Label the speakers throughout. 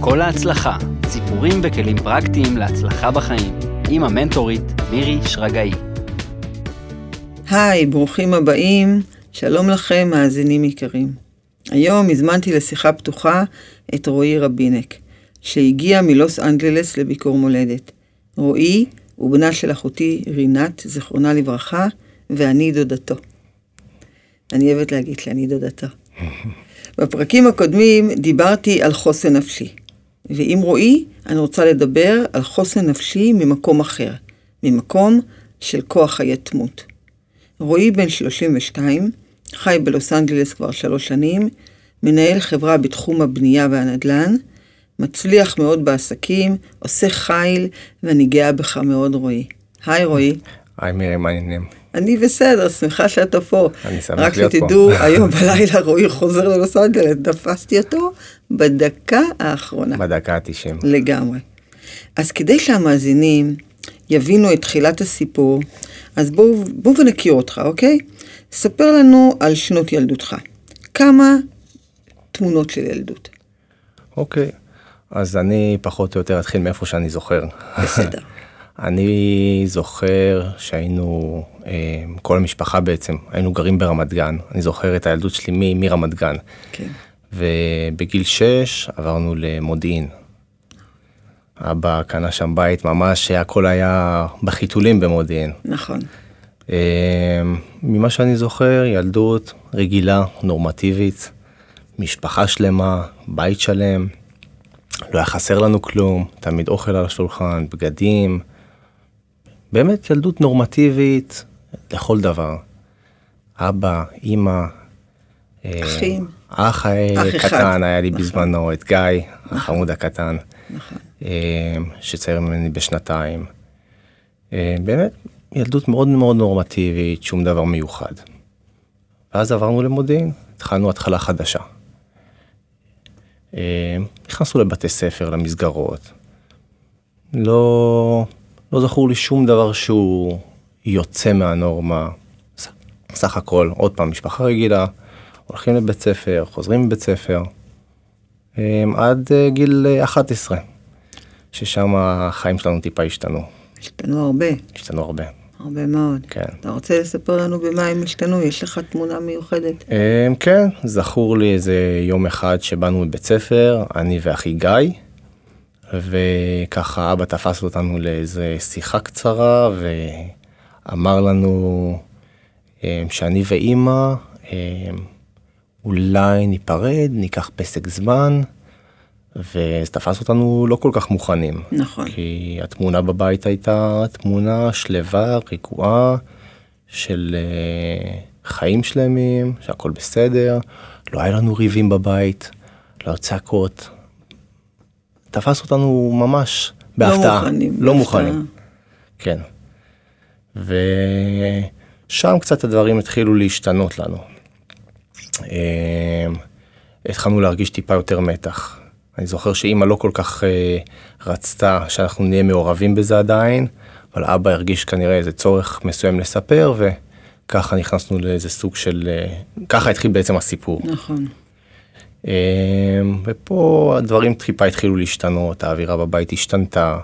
Speaker 1: כל ההצלחה, סיפורים וכלים פרקטיים להצלחה בחיים, עם המנטורית מירי שרגאי.
Speaker 2: היי, ברוכים הבאים, שלום לכם, מאזינים יקרים. היום הזמנתי לשיחה פתוחה את רועי רבינק, שהגיע מלוס אנגללס לביקור מולדת. רועי הוא בנה של אחותי רינת, זיכרונה לברכה, ואני דודתו. אני אוהבת להגיד שאני דודתו. בפרקים הקודמים דיברתי על חוסן נפשי, ועם רועי אני רוצה לדבר על חוסן נפשי ממקום אחר, ממקום של כוח היתמות. רועי בן 32, חי בלוס אנגלס כבר שלוש שנים, מנהל חברה בתחום הבנייה והנדל"ן, מצליח מאוד בעסקים, עושה חיל, ואני גאה בך מאוד, רועי. היי, רועי.
Speaker 3: היי מירי, מה העניינים?
Speaker 2: אני בסדר, שמחה שאתה פה.
Speaker 3: אני שמח
Speaker 2: רק
Speaker 3: להיות פה.
Speaker 2: שתדעו, היום בלילה רועי חוזר ללוס אנגלס, תפסתי אותו בדקה האחרונה.
Speaker 3: בדקה ה-90.
Speaker 2: לגמרי. אז כדי שהמאזינים יבינו את תחילת הסיפור, אז בואו בוא ונכיר אותך, אוקיי? ספר לנו על שנות ילדותך. כמה תמונות של ילדות.
Speaker 3: אוקיי, אז אני פחות או יותר אתחיל מאיפה שאני זוכר.
Speaker 2: בסדר.
Speaker 3: אני זוכר שהיינו, אה, כל המשפחה בעצם, היינו גרים ברמת גן. אני זוכר את הילדות שלי מ- מרמת גן.
Speaker 2: כן.
Speaker 3: ובגיל 6 עברנו למודיעין. אבא קנה שם בית ממש, הכל היה בחיתולים במודיעין.
Speaker 2: נכון.
Speaker 3: אה, ממה שאני זוכר, ילדות רגילה, נורמטיבית, משפחה שלמה, בית שלם, לא היה חסר לנו כלום, תמיד אוכל על השולחן, בגדים, באמת ילדות נורמטיבית לכל דבר. אבא, אימא, אה,
Speaker 2: אחים.
Speaker 3: אח אה,
Speaker 2: אח אחד.
Speaker 3: קטן היה לי
Speaker 2: נכון.
Speaker 3: בזמנו, את גיא, החמוד הקטן.
Speaker 2: נכון.
Speaker 3: אה, שצעיר ממני בשנתיים. אה, באמת, ילדות מאוד מאוד נורמטיבית, שום דבר מיוחד. ואז עברנו למודיעין, התחלנו התחלה חדשה. אה, נכנסנו לבתי ספר, למסגרות. לא, לא זכור לי שום דבר שהוא יוצא מהנורמה. ס- סך הכל, עוד פעם, משפחה רגילה, הולכים לבית ספר, חוזרים מבית ספר, אה, עד אה, גיל אה, 11. ששם החיים שלנו טיפה השתנו,
Speaker 2: השתנו הרבה,
Speaker 3: השתנו הרבה.
Speaker 2: הרבה מאוד.
Speaker 3: כן.
Speaker 2: אתה רוצה לספר לנו במה הם השתנו? יש לך תמונה מיוחדת.
Speaker 3: אמ, כן, זכור לי איזה יום אחד שבאנו מבית ספר, אני ואחי גיא, וככה אבא תפס אותנו לאיזה שיחה קצרה, ואמר לנו אמ, שאני ואימא אמ, אולי ניפרד, ניקח פסק זמן, ותפס אותנו לא כל כך מוכנים.
Speaker 2: נכון.
Speaker 3: כי התמונה בבית הייתה תמונה שלווה, רגועה, של אה, חיים שלמים, שהכל בסדר, לא היה לנו ריבים בבית, לא היו צעקות. תפס אותנו ממש בהפתעה.
Speaker 2: לא מוכנים.
Speaker 3: לא
Speaker 2: בהפתעה.
Speaker 3: מוכנים, כן. ושם קצת הדברים התחילו להשתנות לנו. אה, התחלנו להרגיש טיפה יותר מתח. אני זוכר שאימא לא כל כך אה, רצתה שאנחנו נהיה מעורבים בזה עדיין, אבל אבא הרגיש כנראה איזה צורך מסוים לספר, וככה נכנסנו לאיזה סוג של... אה, ככה התחיל בעצם הסיפור.
Speaker 2: נכון.
Speaker 3: אה, ופה הדברים טיפה התחילו להשתנות, האווירה בבית השתנתה,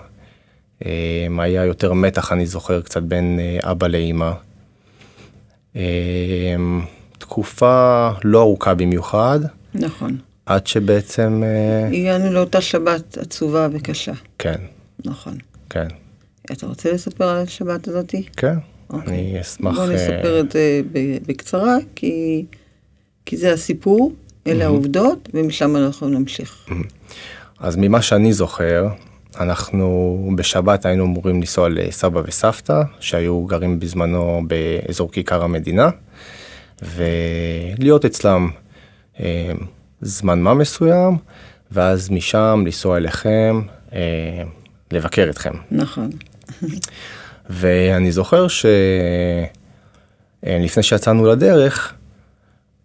Speaker 3: אה, היה יותר מתח, אני זוכר, קצת בין אה, אבא לאימא. אה, תקופה לא ארוכה במיוחד,
Speaker 2: נכון.
Speaker 3: עד שבעצם, אה,
Speaker 2: הגענו לאותה שבת עצובה וקשה.
Speaker 3: כן,
Speaker 2: נכון.
Speaker 3: כן,
Speaker 2: אתה רוצה לספר על השבת הזאתי?
Speaker 3: כן,
Speaker 2: אוקיי.
Speaker 3: אני אשמח,
Speaker 2: בוא נספר
Speaker 3: אה,
Speaker 2: את זה ב- בקצרה, כי, כי זה הסיפור, אלה העובדות, ומשם אנחנו נמשיך.
Speaker 3: אז ממה שאני זוכר, אנחנו בשבת היינו אמורים לנסוע לסבא וסבתא, שהיו גרים בזמנו באזור כיכר המדינה, ולהיות אצלם אה, זמן מה מסוים, ואז משם לנסוע אליכם, אה, לבקר אתכם.
Speaker 2: נכון.
Speaker 3: ואני זוכר שלפני שיצאנו לדרך,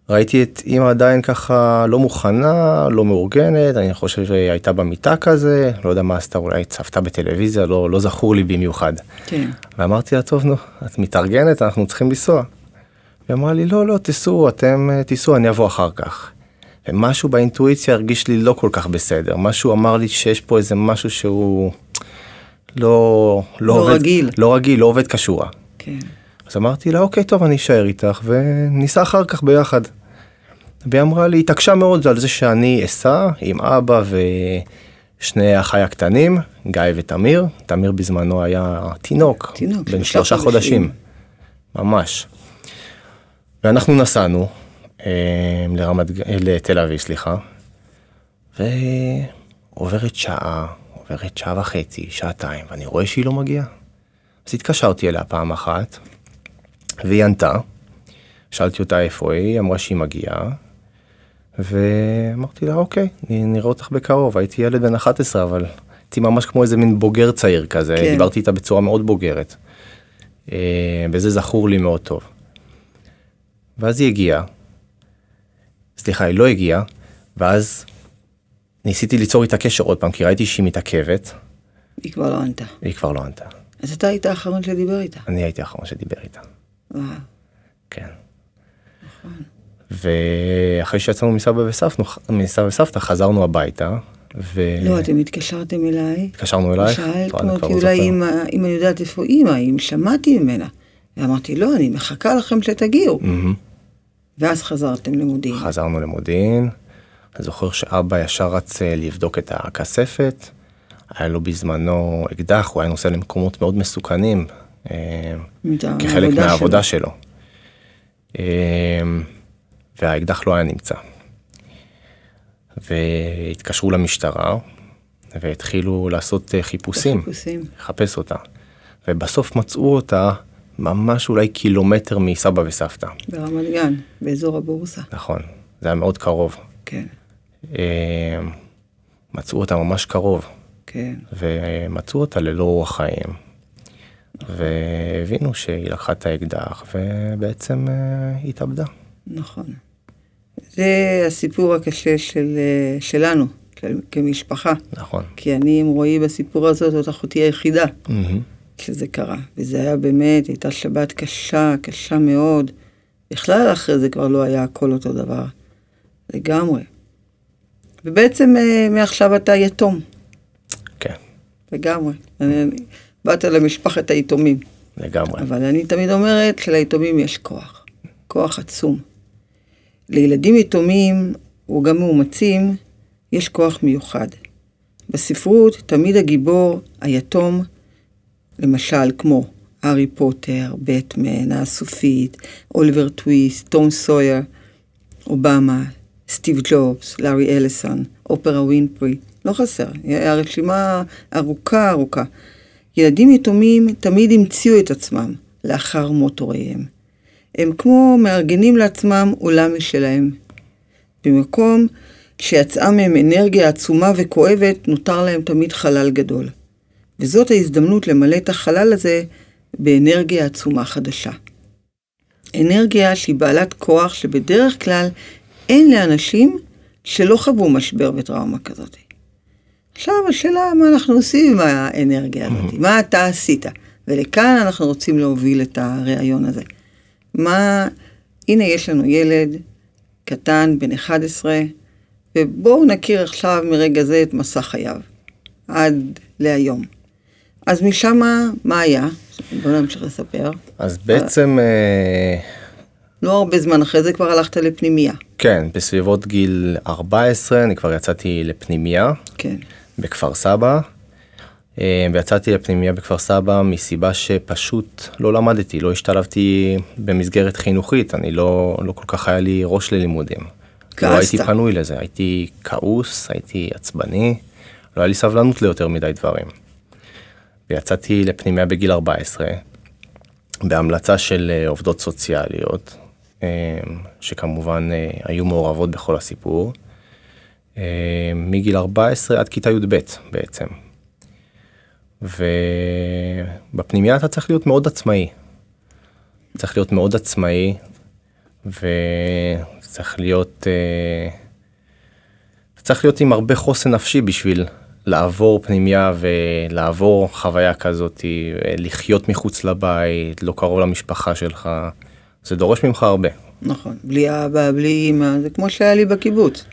Speaker 3: ראיתי את אימא עדיין ככה לא מוכנה, לא מאורגנת, אני חושב שהייתה במיטה כזה, לא יודע מה עשתה, אולי צפתה בטלוויזיה, לא, לא זכור לי במיוחד.
Speaker 2: כן.
Speaker 3: ואמרתי לה, טוב, נו, את מתארגנת, אנחנו צריכים לנסוע. היא אמרה לי, לא, לא, תיסעו, אתם אה, תיסעו, אני אבוא אחר כך. ומשהו באינטואיציה הרגיש לי לא כל כך בסדר. משהו אמר לי שיש פה איזה משהו שהוא לא...
Speaker 2: לא
Speaker 3: עובד,
Speaker 2: רגיל.
Speaker 3: לא רגיל, לא עובד כשורה.
Speaker 2: כן.
Speaker 3: אז אמרתי לה, אוקיי, טוב, אני אשאר איתך, וניסע אחר כך ביחד. והיא אמרה לי, התעקשה מאוד על זה שאני אסע עם אבא ושני אחיי הקטנים, גיא ותמיר. תמיר בזמנו היה תינוק,
Speaker 2: תינוק,
Speaker 3: בן
Speaker 2: שלושה
Speaker 3: שלושה חודשים,
Speaker 2: חודשים.
Speaker 3: ממש. ואנחנו נסענו אה, לרמת, ג- אה, לתל אביב, סליחה, ועוברת שעה, עוברת שעה וחצי, שעתיים, ואני רואה שהיא לא מגיעה. אז התקשרתי אליה פעם אחת, והיא ענתה. שאלתי אותה איפה היא, היא אמרה שהיא מגיעה, ואמרתי לה, אוקיי, נ- נראה אותך בקרוב. הייתי ילד בן 11, אבל הייתי ממש כמו איזה מין בוגר צעיר כזה,
Speaker 2: כן.
Speaker 3: כן. דיברתי איתה בצורה מאוד בוגרת. אה, וזה זכור לי מאוד טוב. ואז היא הגיעה, סליחה, היא לא הגיעה, ואז ניסיתי ליצור איתה קשר עוד פעם, כי ראיתי שהיא מתעכבת,
Speaker 2: היא כבר לא ענתה.
Speaker 3: והיא כבר לא ענתה.
Speaker 2: אז אתה היית האחרון שדיבר איתה.
Speaker 3: אני הייתי האחרון שדיבר איתה.
Speaker 2: וואו.
Speaker 3: כן.
Speaker 2: נכון.
Speaker 3: ואחרי שיצאנו מסבא וסבתא, מסבא וסבתא חזרנו הביתה,
Speaker 2: לא, אתם התקשרתם אליי.
Speaker 3: והתקשרנו אה. אלייך.
Speaker 2: שאלת
Speaker 3: לא, אני כבר
Speaker 2: אותי
Speaker 3: לא
Speaker 2: אולי
Speaker 3: זוכר.
Speaker 2: אם ה- אם אני יודעת איפה אימא, אם שמעתי ממנה. ואמרתי, לא, אני מחכה לכם שתגיעו.
Speaker 3: מהמם.
Speaker 2: ואז חזרתם למודיעין.
Speaker 3: חזרנו למודיעין, אני זוכר שאבא ישר רץ אה, לבדוק את הכספת, היה לו בזמנו אקדח, הוא היה נוסע למקומות מאוד מסוכנים, אה,
Speaker 2: מטעם
Speaker 3: כחלק
Speaker 2: העבודה
Speaker 3: מהעבודה
Speaker 2: שלו.
Speaker 3: שלו. אה, והאקדח לא היה נמצא. והתקשרו למשטרה והתחילו לעשות אה, חיפושים,
Speaker 2: חיפושים.
Speaker 3: לחפש אותה. ובסוף מצאו אותה ממש אולי קילומטר מסבא וסבתא.
Speaker 2: ברמת גן, באזור הבורסה.
Speaker 3: נכון, זה היה מאוד קרוב.
Speaker 2: כן,
Speaker 3: אה, מצאו אותה ממש קרוב,
Speaker 2: כן.
Speaker 3: ומצאו אותה ללא רוח חיים. והבינו שהיא לקחה את האקדח ובעצם אה, היא התאבדה.
Speaker 2: נכון. זה הסיפור הקשה של, אה, שלנו, של, כמשפחה.
Speaker 3: נכון.
Speaker 2: כי אני עם רועי בסיפור הזה, זאת אחותי היחידה
Speaker 3: מהמם.
Speaker 2: שזה קרה. וזה היה באמת, הייתה שבת קשה, קשה מאוד. בכלל אחרי זה כבר לא היה הכל אותו דבר. לגמרי. ובעצם אה, מעכשיו אתה יתום,
Speaker 3: כן,
Speaker 2: לגמרי. אני, אני, באת למשפחת היתומים.
Speaker 3: לגמרי.
Speaker 2: אבל אני תמיד אומרת שליתומים יש כוח, כוח עצום. לילדים יתומים, או גם מאומצים, יש כוח מיוחד. בספרות, תמיד הגיבור, היתום, למשל, כמו הארי פוטר, בטמן, הסופית, אוליבר טוויסט, טום סויר, אובמה, סטיב ג'ובס, לארי אליסון, אופרה ווינפרי, לא חסר, הרשימה ארוכה ארוכה. ילדים יתומים תמיד המציאו את עצמם לאחר מות הוריהם. הם כמו מארגנים לעצמם עולם משלהם. במקום שיצאה מהם אנרגיה עצומה וכואבת, נותר להם תמיד חלל גדול. וזאת ההזדמנות למלא את החלל הזה באנרגיה עצומה חדשה. אנרגיה שהיא בעלת כוח שבדרך כלל אין לאנשים שלא חוו משבר וטראומה כזאת. עכשיו השאלה מה אנחנו עושים עם האנרגיה הזאת, מה אתה עשית, ולכאן אנחנו רוצים להוביל את הריאיון הזה. מה, הנה יש לנו ילד קטן, בן 11, ובואו נכיר עכשיו מרגע זה את מסע חייו, עד להיום. אז משם, מה היה? בואו נמשיך לספר.
Speaker 3: אז בעצם, אה,
Speaker 2: לא הרבה זמן אחרי זה כבר הלכת לפנימייה.
Speaker 3: כן, בסביבות גיל 14 אני כבר יצאתי לפנימייה
Speaker 2: כן.
Speaker 3: בכפר סבא. אה, ויצאתי לפנימייה בכפר סבא מסיבה שפשוט לא למדתי, לא השתלבתי במסגרת חינוכית, אני לא, לא כל כך היה לי ראש ללימודים. לא
Speaker 2: כעסת.
Speaker 3: הייתי פנוי לזה, הייתי כעוס, הייתי עצבני, לא היה לי סבלנות ליותר מדי דברים. ויצאתי לפנימיה בגיל 14, בהמלצה של אה, עובדות סוציאליות, אה, שכמובן אה, היו מעורבות בכל הסיפור, אה, מגיל 14 עד כיתה י"ב בעצם. ובפנימיה אתה צריך להיות מאוד עצמאי. צריך להיות מאוד עצמאי, וצריך להיות, אה, צריך להיות עם הרבה חוסן נפשי בשביל לעבור פנימייה ולעבור חוויה כזאת, אה, לחיות מחוץ לבית, לא קרוב למשפחה שלך, זה דורש ממך הרבה.
Speaker 2: נכון, בלי אבא, בלי אמא, זה כמו שהיה לי בקיבוץ.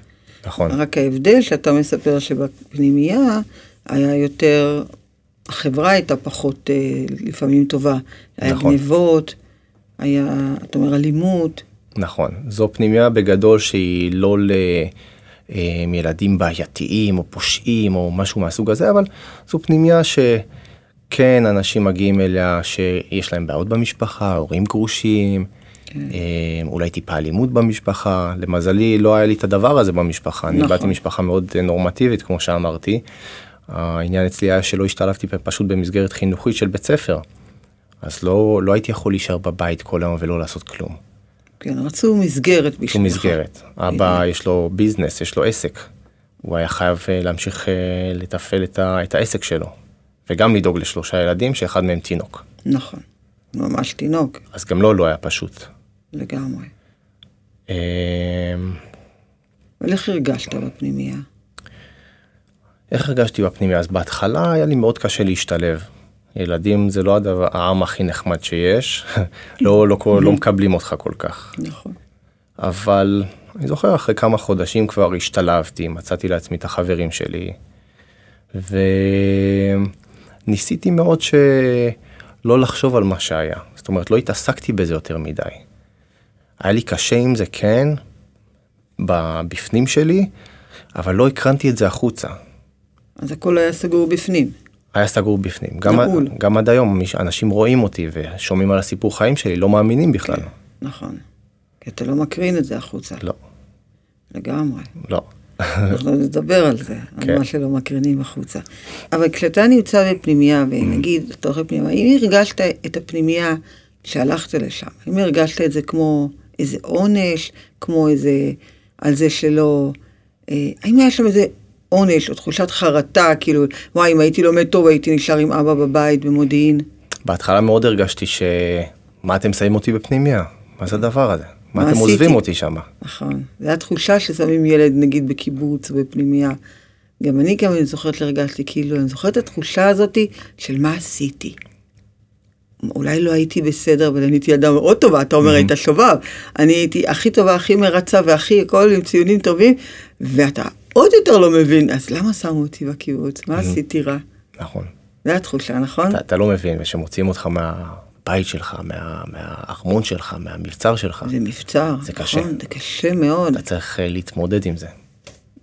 Speaker 3: נכון.
Speaker 2: רק ההבדל שאתה מספר שבפנימייה היה יותר, החברה הייתה פחות אה, לפעמים טובה. היה
Speaker 3: נכון.
Speaker 2: גנבות, היה, אתה אומר, אלימות.
Speaker 3: נכון, זו פנימייה בגדול שהיא לא ל... אה, ילדים בעייתיים או פושעים או משהו מהסוג הזה, אבל זו פנימייה שכן אנשים מגיעים אליה שיש להם בעיות במשפחה, הורים גרושים, אה, אולי טיפה אלימות במשפחה. למזלי לא היה לי את הדבר הזה במשפחה, אני
Speaker 2: נכון.
Speaker 3: באתי ממשפחה מאוד אה, נורמטיבית כמו שאמרתי. העניין אצלי היה שלא השתלבתי פשוט במסגרת חינוכית של בית ספר. אז לא, לא הייתי יכול להישאר בבית כל היום ולא לעשות כלום.
Speaker 2: כן, רצו מסגרת בשבילך.
Speaker 3: שום מסגרת. אבא יש לו ביזנס, יש לו עסק. הוא היה חייב אה, להמשיך אה, לתפעל את, ה, את העסק שלו. וגם לדאוג לשלושה ילדים שאחד מהם תינוק.
Speaker 2: נכון, ממש תינוק,
Speaker 3: אז גם לו לא היה פשוט.
Speaker 2: לגמרי.
Speaker 3: אמ,
Speaker 2: אבל איך הרגשת בפנימייה?
Speaker 3: איך הרגשתי בפנימיה? אז בהתחלה היה לי מאוד קשה להשתלב. ילדים זה לא הדבר, העם הכי נחמד שיש. לא, לא, כל- לא מקבלים אותך כל כך.
Speaker 2: נכון.
Speaker 3: אבל אני זוכר אחרי כמה חודשים כבר השתלבתי, מצאתי לעצמי את החברים שלי, וניסיתי מאוד שלא לחשוב על מה שהיה, זאת אומרת לא התעסקתי בזה יותר מדי. היה לי קשה עם זה כן, ב- בפנים שלי, אבל לא הקרנתי את זה החוצה.
Speaker 2: אז הכל היה סגור בפנים.
Speaker 3: היה סגור בפנים. גם,
Speaker 2: נעול.
Speaker 3: גם עד היום מי- אנשים רואים אותי ושומעים על הסיפור חיים שלי, לא מאמינים בכלל.
Speaker 2: כן, נכון. כי אתה לא מקרין את זה החוצה.
Speaker 3: לא,
Speaker 2: לגמרי.
Speaker 3: לא.
Speaker 2: אנחנו נדבר על זה, על
Speaker 3: כן.
Speaker 2: מה שלא מקרינים החוצה. אבל כשאתה נמצא בפנימייה, ונגיד, אתה הולך לפנימייה, אם הרגשת את הפנימייה כשהלכת לשם, אם הרגשת את זה כמו איזה עונש, כמו איזה, על זה שלא, אה, האם היה שם איזה עונש או תחושת חרטה, כאילו, וואי, אם הייתי לומד טוב, הייתי נשאר עם אבא בבית במודיעין.
Speaker 3: בהתחלה מאוד הרגשתי ש... מה אתם שמים אותי בפנימיה? מה זה הדבר הזה?
Speaker 2: מה
Speaker 3: מה אתם
Speaker 2: עשיתי?"
Speaker 3: עוזבים אותי שם?
Speaker 2: נכון. זו הייתה תחושה ששמים ילד, נגיד, בקיבוץ או בפנימייה. גם אני, גם אני זוכרת שהרגשתי, כאילו, אני זוכרת את התחושה הזאת של מה עשיתי. אולי לא הייתי בסדר, אבל אני הייתי ילדה מאוד טובה, אתה
Speaker 3: Mhm.
Speaker 2: אומר, היית שובב. אני הייתי הכי טובה, הכי מרצה והכי הכל עם ציונים טובים, ואתה עוד יותר לא מבין, אז למה שמו אותי בקיבוץ? מה עשיתי רע?
Speaker 3: נכון.
Speaker 2: זו התחושה, נכון?
Speaker 3: Mhm. אתה, אתה לא מבין, ושמוציאים אותך מהבית שלך, מה, מהארמון שלך, מהמבצר שלך,
Speaker 2: זה מבצר,
Speaker 3: זה
Speaker 2: נכון?
Speaker 3: קשה.
Speaker 2: זה קשה מאוד.
Speaker 3: אתה צריך אה, להתמודד עם זה.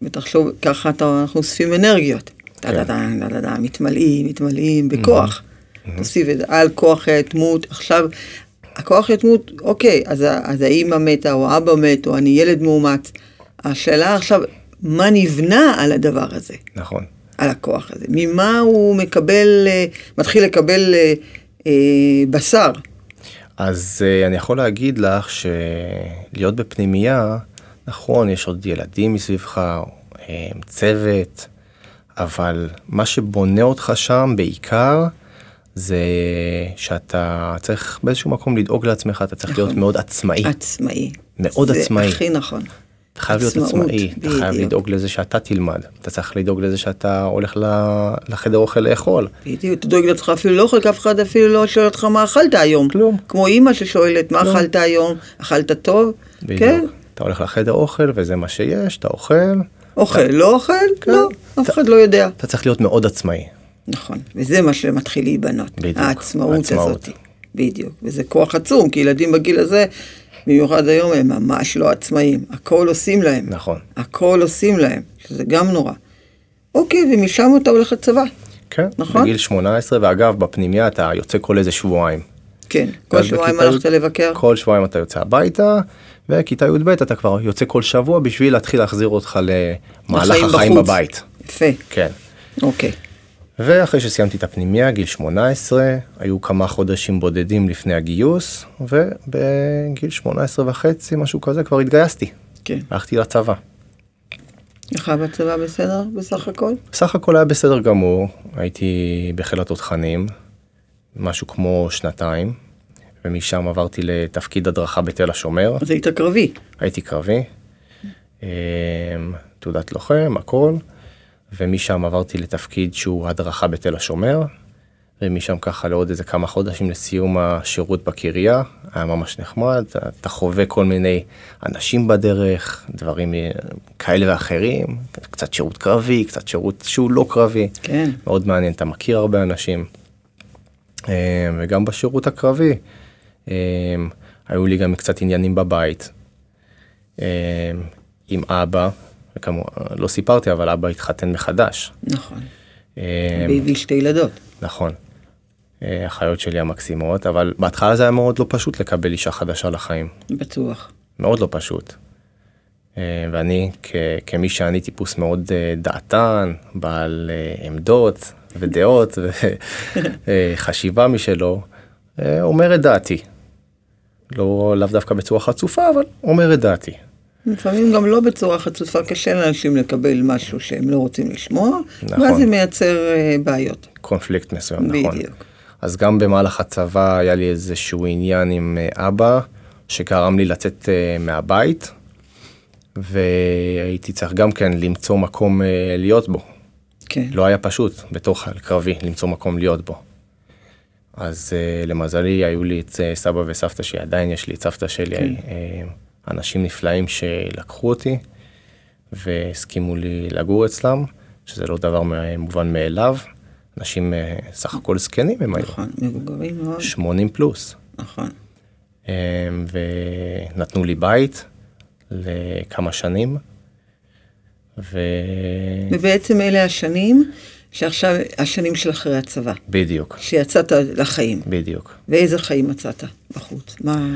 Speaker 2: ותחשוב, לא ככה אתה, אנחנו אוספים אנרגיות.
Speaker 3: כן.
Speaker 2: דה דה דה דה דה דה, מתמלאים, מתמלאים בכוח.
Speaker 3: Mm-hmm.
Speaker 2: תוסיף את זה על כוח ההתמות, עכשיו, הכוח ההתמות, אוקיי, אז, ה- אז האימא מתה, או האבא מת, או אני ילד מאומץ. השאלה עכשיו, מה נבנה על הדבר הזה,
Speaker 3: נכון.
Speaker 2: על הכוח הזה? ממה הוא מקבל, אה, מתחיל לקבל אה, אה, בשר?
Speaker 3: אז אה, אני יכול להגיד לך שלהיות בפנימייה, נכון, יש עוד ילדים מסביבך, אה, צוות, אבל מה שבונה אותך שם בעיקר, זה שאתה צריך באיזשהו מקום לדאוג לעצמך, אתה צריך
Speaker 2: נכון.
Speaker 3: להיות מאוד עצמאי.
Speaker 2: עצמאי.
Speaker 3: מאוד
Speaker 2: זה
Speaker 3: עצמאי.
Speaker 2: הכי נכון.
Speaker 3: אתה חייב להיות
Speaker 2: עצמאות,
Speaker 3: עצמאי, אתה חייב
Speaker 2: בדיוק.
Speaker 3: לדאוג לזה שאתה תלמד, אתה צריך לדאוג לזה שאתה הולך ל- לחדר אוכל לאכול.
Speaker 2: בדיוק, אתה דואג לעצמך אפילו לא אוכל, כי אף אחד אפילו לא שואל אותך מה אכלת היום.
Speaker 3: כלום.
Speaker 2: כמו אימא ששואלת מה אכלת היום, אכלת טוב?
Speaker 3: בדיוק.
Speaker 2: כן.
Speaker 3: אתה הולך לחדר אוכל וזה מה שיש, אתה אוכל,
Speaker 2: אוכל,
Speaker 3: כן.
Speaker 2: לא אוכל? לא, אף אחד לא יודע.
Speaker 3: אתה צריך להיות מאוד עצמאי.
Speaker 2: נכון, וזה מה שמתחיל להיבנות.
Speaker 3: בדיוק,
Speaker 2: העצמאות
Speaker 3: העצמאות.
Speaker 2: הזאת. בדיוק, וזה כוח עצום, כי ילדים בגיל הזה, במיוחד היום, הם ממש לא עצמאים. הכל עושים להם.
Speaker 3: נכון.
Speaker 2: הכל עושים להם, שזה גם נורא. אוקיי, ומשם אתה הולך לצבא.
Speaker 3: כן,
Speaker 2: נכון?
Speaker 3: בגיל 18, ואגב, בפנימיה אתה יוצא כל איזה שבועיים.
Speaker 2: כן, כל
Speaker 3: אז
Speaker 2: שבועיים
Speaker 3: בכיתה-
Speaker 2: הלכת לבקר.
Speaker 3: כל שבועיים אתה יוצא הביתה, וכיתה י"ב אתה כבר יוצא כל שבוע בשביל להתחיל להחזיר אותך למהלך
Speaker 2: לחיים
Speaker 3: החיים
Speaker 2: בחוץ.
Speaker 3: בבית.
Speaker 2: יפה,
Speaker 3: כן.
Speaker 2: אוקיי.
Speaker 3: ואחרי שסיימתי את הפנימיה, גיל 18, היו כמה חודשים בודדים לפני הגיוס, ובגיל 18 וחצי, משהו כזה, כבר התגייסתי.
Speaker 2: כן.
Speaker 3: הלכתי לצבא.
Speaker 2: לך בצבא בסדר בסך הכל?
Speaker 3: סך הכל היה בסדר גמור, הייתי בחיל התותחנים, משהו כמו שנתיים, ומשם עברתי לתפקיד הדרכה בתל השומר,
Speaker 2: אז היית קרבי.
Speaker 3: הייתי קרבי, אמ, תעודת לוחם, הכל, ומשם עברתי לתפקיד שהוא הדרכה בתל השומר, ומשם ככה לעוד איזה כמה חודשים לסיום השירות בקריה, היה ממש נחמד, אתה- אתה חווה כל מיני אנשים בדרך, דברים אה, כאלה ואחרים, קצת שירות קרבי, קצת שירות שהוא לא קרבי,
Speaker 2: כן.
Speaker 3: מאוד מעניין, אתה מכיר הרבה אנשים. אה, וגם בשירות הקרבי, אה, היו לי גם קצת עניינים בבית, אה, עם אבא, וכמובן, לא סיפרתי, אבל אבא התחתן מחדש.
Speaker 2: נכון.
Speaker 3: אה,
Speaker 2: והביא שתי ילדות.
Speaker 3: נכון. אה, החיות שלי המקסימות, אבל בהתחלה זה היה מאוד לא פשוט לקבל אישה חדשה לחיים.
Speaker 2: בטוח.
Speaker 3: מאוד לא פשוט. אה, ואני, כ- כמי שאני טיפוס מאוד אה, דעתן, בעל אה, עמדות ודעות וחשיבה משלו, אה, אומר את דעתי. לא, לאו דווקא בצורה חצופה, אבל אומר את דעתי.
Speaker 2: לפעמים גם לא בצורה חצופה, קשה לאנשים לקבל משהו שהם לא רוצים לשמוע,
Speaker 3: נכון.
Speaker 2: ואז זה מייצר אה, בעיות.
Speaker 3: קונפליקט מסוים, נכון.
Speaker 2: בדיוק.
Speaker 3: אז גם במהלך הצבא היה לי איזשהו עניין עם אה, אבא, שגרם לי לצאת אה, מהבית, והייתי צריך גם כן למצוא מקום אה, להיות בו.
Speaker 2: כן.
Speaker 3: לא היה פשוט, בתור חייל קרבי, למצוא מקום להיות בו. אז אה, למזלי היו לי את אה, סבא וסבתא שלי, עדיין יש לי את סבתא שלי, אה, אנשים נפלאים שלקחו אותי והסכימו לי לגור אצלם, שזה לא דבר מ- מובן מאליו. אנשים אה, סך הכל זקנים הם היו,
Speaker 2: נכון, מבוגרים מאוד.
Speaker 3: 80 פלוס.
Speaker 2: נכון.
Speaker 3: אמ, ונתנו לי בית לכמה שנים. ובדיוק,
Speaker 2: ובעצם אלה השנים שעכשיו, השנים של אחרי הצבא, שיצאת לחיים.
Speaker 3: בדיוק.
Speaker 2: ואיזה חיים מצאת בחוץ? מה...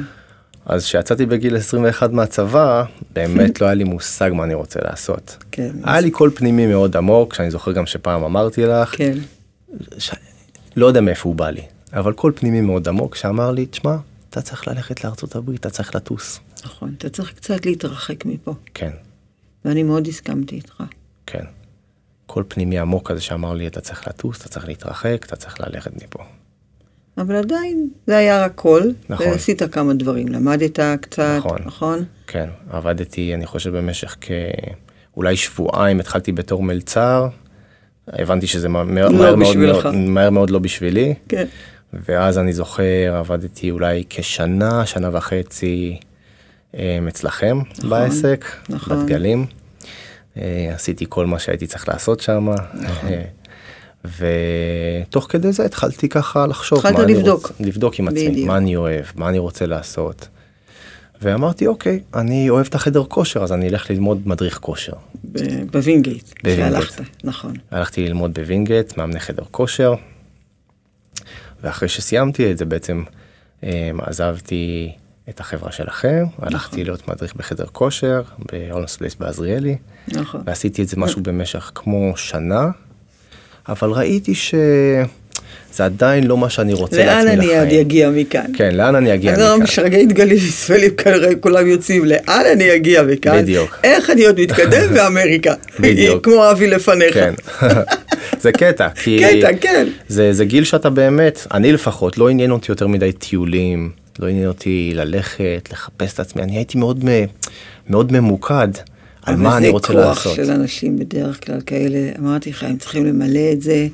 Speaker 3: אז כשיצאתי בגיל 21 מהצבא, באמת לא היה לי מושג מה אני רוצה לעשות.
Speaker 2: כן.
Speaker 3: היה לי קול פנימי מאוד עמוק, שאני זוכר גם שפעם אמרתי לך,
Speaker 2: כן,
Speaker 3: ש... לא יודע מאיפה הוא בא לי, אבל קול פנימי מאוד עמוק שאמר לי, תשמע, אתה צריך ללכת לארצות הברית, אתה צריך לטוס.
Speaker 2: נכון. אתה צריך קצת להתרחק מפה,
Speaker 3: כן,
Speaker 2: ואני מאוד הסכמתי איתך.
Speaker 3: כן. קול פנימי עמוק כזה שאמר לי, אתה צריך לטוס, אתה צריך להתרחק, אתה צריך ללכת מפה.
Speaker 2: אבל עדיין, זה היה רק קול,
Speaker 3: נכון.
Speaker 2: ועשית כמה דברים. למדת קצת,
Speaker 3: נכון.
Speaker 2: נכון?
Speaker 3: כן, עבדתי, אני חושב, במשך כ... אולי שבועיים התחלתי בתור מלצר, הבנתי שזה מה- מהר,
Speaker 2: לא
Speaker 3: מהר, מאוד,
Speaker 2: בשבילך.
Speaker 3: מאוד, מהר מאוד לא בשבילי,
Speaker 2: כן.
Speaker 3: ואז אני זוכר, עבדתי אולי כשנה, שנה וחצי אמ, אצלכם נכון, בעסק,
Speaker 2: נכון.
Speaker 3: בדגלים. אה, עשיתי כל מה שהייתי צריך לעשות שם, נכון. ותוך כדי זה התחלתי ככה לחשוב.
Speaker 2: התחלת
Speaker 3: מה אני
Speaker 2: לבדוק.
Speaker 3: רוצ... לבדוק עם עצמי,
Speaker 2: בדיוק.
Speaker 3: מה אני אוהב, מה אני רוצה לעשות. ואמרתי, אוקיי, אני אוהב את החדר כושר, אז אני אלך ללמוד מדריך כושר.
Speaker 2: ב- בווינגייט,
Speaker 3: בווינגייט.
Speaker 2: שהלכת, נכון.
Speaker 3: הלכתי ללמוד בווינגייט, מאמני חדר כושר, ואחרי שסיימתי את זה בעצם אמ, עזבתי את החברה שלכם,
Speaker 2: נכון.
Speaker 3: הלכתי להיות מדריך בחדר כושר בהולמס פלייס בעזריאלי,
Speaker 2: נכון.
Speaker 3: ועשיתי את זה משהו במשך כמו שנה, אבל ראיתי שזה עדיין לא מה שאני רוצה
Speaker 2: לאן
Speaker 3: לעצמי
Speaker 2: אני עוד
Speaker 3: לחיים.
Speaker 2: אגיע מכאן?
Speaker 3: כן, לאן אני אגיע
Speaker 2: אז לא היום
Speaker 3: מכאן?
Speaker 2: שרגעי דגלים ישראלים כנראה כולם יוצאים לאן אני אגיע מכאן,
Speaker 3: בדיוק.
Speaker 2: איך אני עוד מתקדם באמריקה,
Speaker 3: בדיוק.
Speaker 2: כמו אבי לפניך.
Speaker 3: כן, זה קטע, כי...
Speaker 2: קטע, כן.
Speaker 3: זה, זה גיל שאתה באמת, אני לפחות, לא עניין אותי יותר מדי טיולים, לא עניין אותי ללכת, לחפש את עצמי, אני הייתי מאוד, מ- מאוד ממוקד על מה אני רוצה לעשות.
Speaker 2: זה כוח של אנשים בדרך כלל כאלה, אמרתי לך, הם צריכים למלא את זה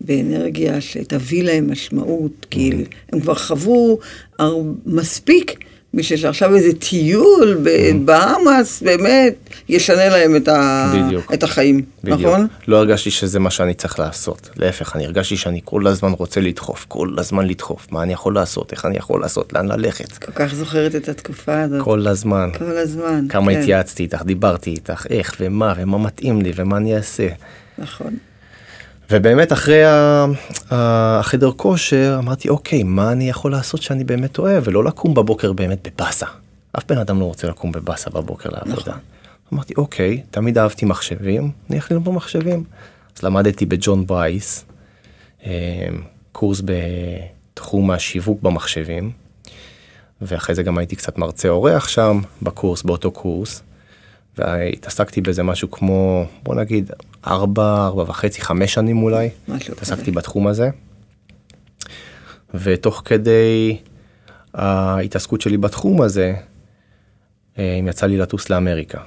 Speaker 2: באנרגיה שתביא להם משמעות, כאילו, הם כבר חוו הר... מספיק. בשביל שעכשיו איזה טיול בבאמאס באמת ישנה להם את, ה...
Speaker 3: בדיוק.
Speaker 2: את החיים,
Speaker 3: בדיוק.
Speaker 2: נכון?
Speaker 3: לא הרגשתי שזה מה שאני צריך לעשות, להפך, אני הרגשתי שאני כל הזמן רוצה לדחוף, כל הזמן לדחוף, מה אני יכול לעשות, איך אני יכול לעשות, לאן ללכת,
Speaker 2: כל כך זוכרת את התקופה הזאת, כל,
Speaker 3: כל הזמן.
Speaker 2: כל הזמן.
Speaker 3: כמה
Speaker 2: כן,
Speaker 3: התייעצתי איתך, דיברתי איתך, איך ומה ומה מתאים לי ומה אני אעשה.
Speaker 2: נכון.
Speaker 3: ובאמת אחרי ה- ה- החדר כושר אמרתי אוקיי מה אני יכול לעשות שאני באמת אוהב ולא לקום בבוקר באמת בבאסה. אף בן אדם לא רוצה לקום בבאסה בבוקר לעבודה. אמרתי אוקיי תמיד אהבתי מחשבים נלך ללמוד מחשבים. אז למדתי בג'ון ברייס אה, קורס בתחום השיווק במחשבים. ואחרי זה גם הייתי קצת מרצה אורח שם בקורס באותו קורס. והתעסקתי בזה משהו כמו בוא נגיד ארבע ארבע וחצי חמש שנים אולי
Speaker 2: משהו כזה.
Speaker 3: התעסקתי בתחום הזה. ותוך כדי ההתעסקות שלי בתחום הזה אמ, אה, יצא לי לטוס לאמריקה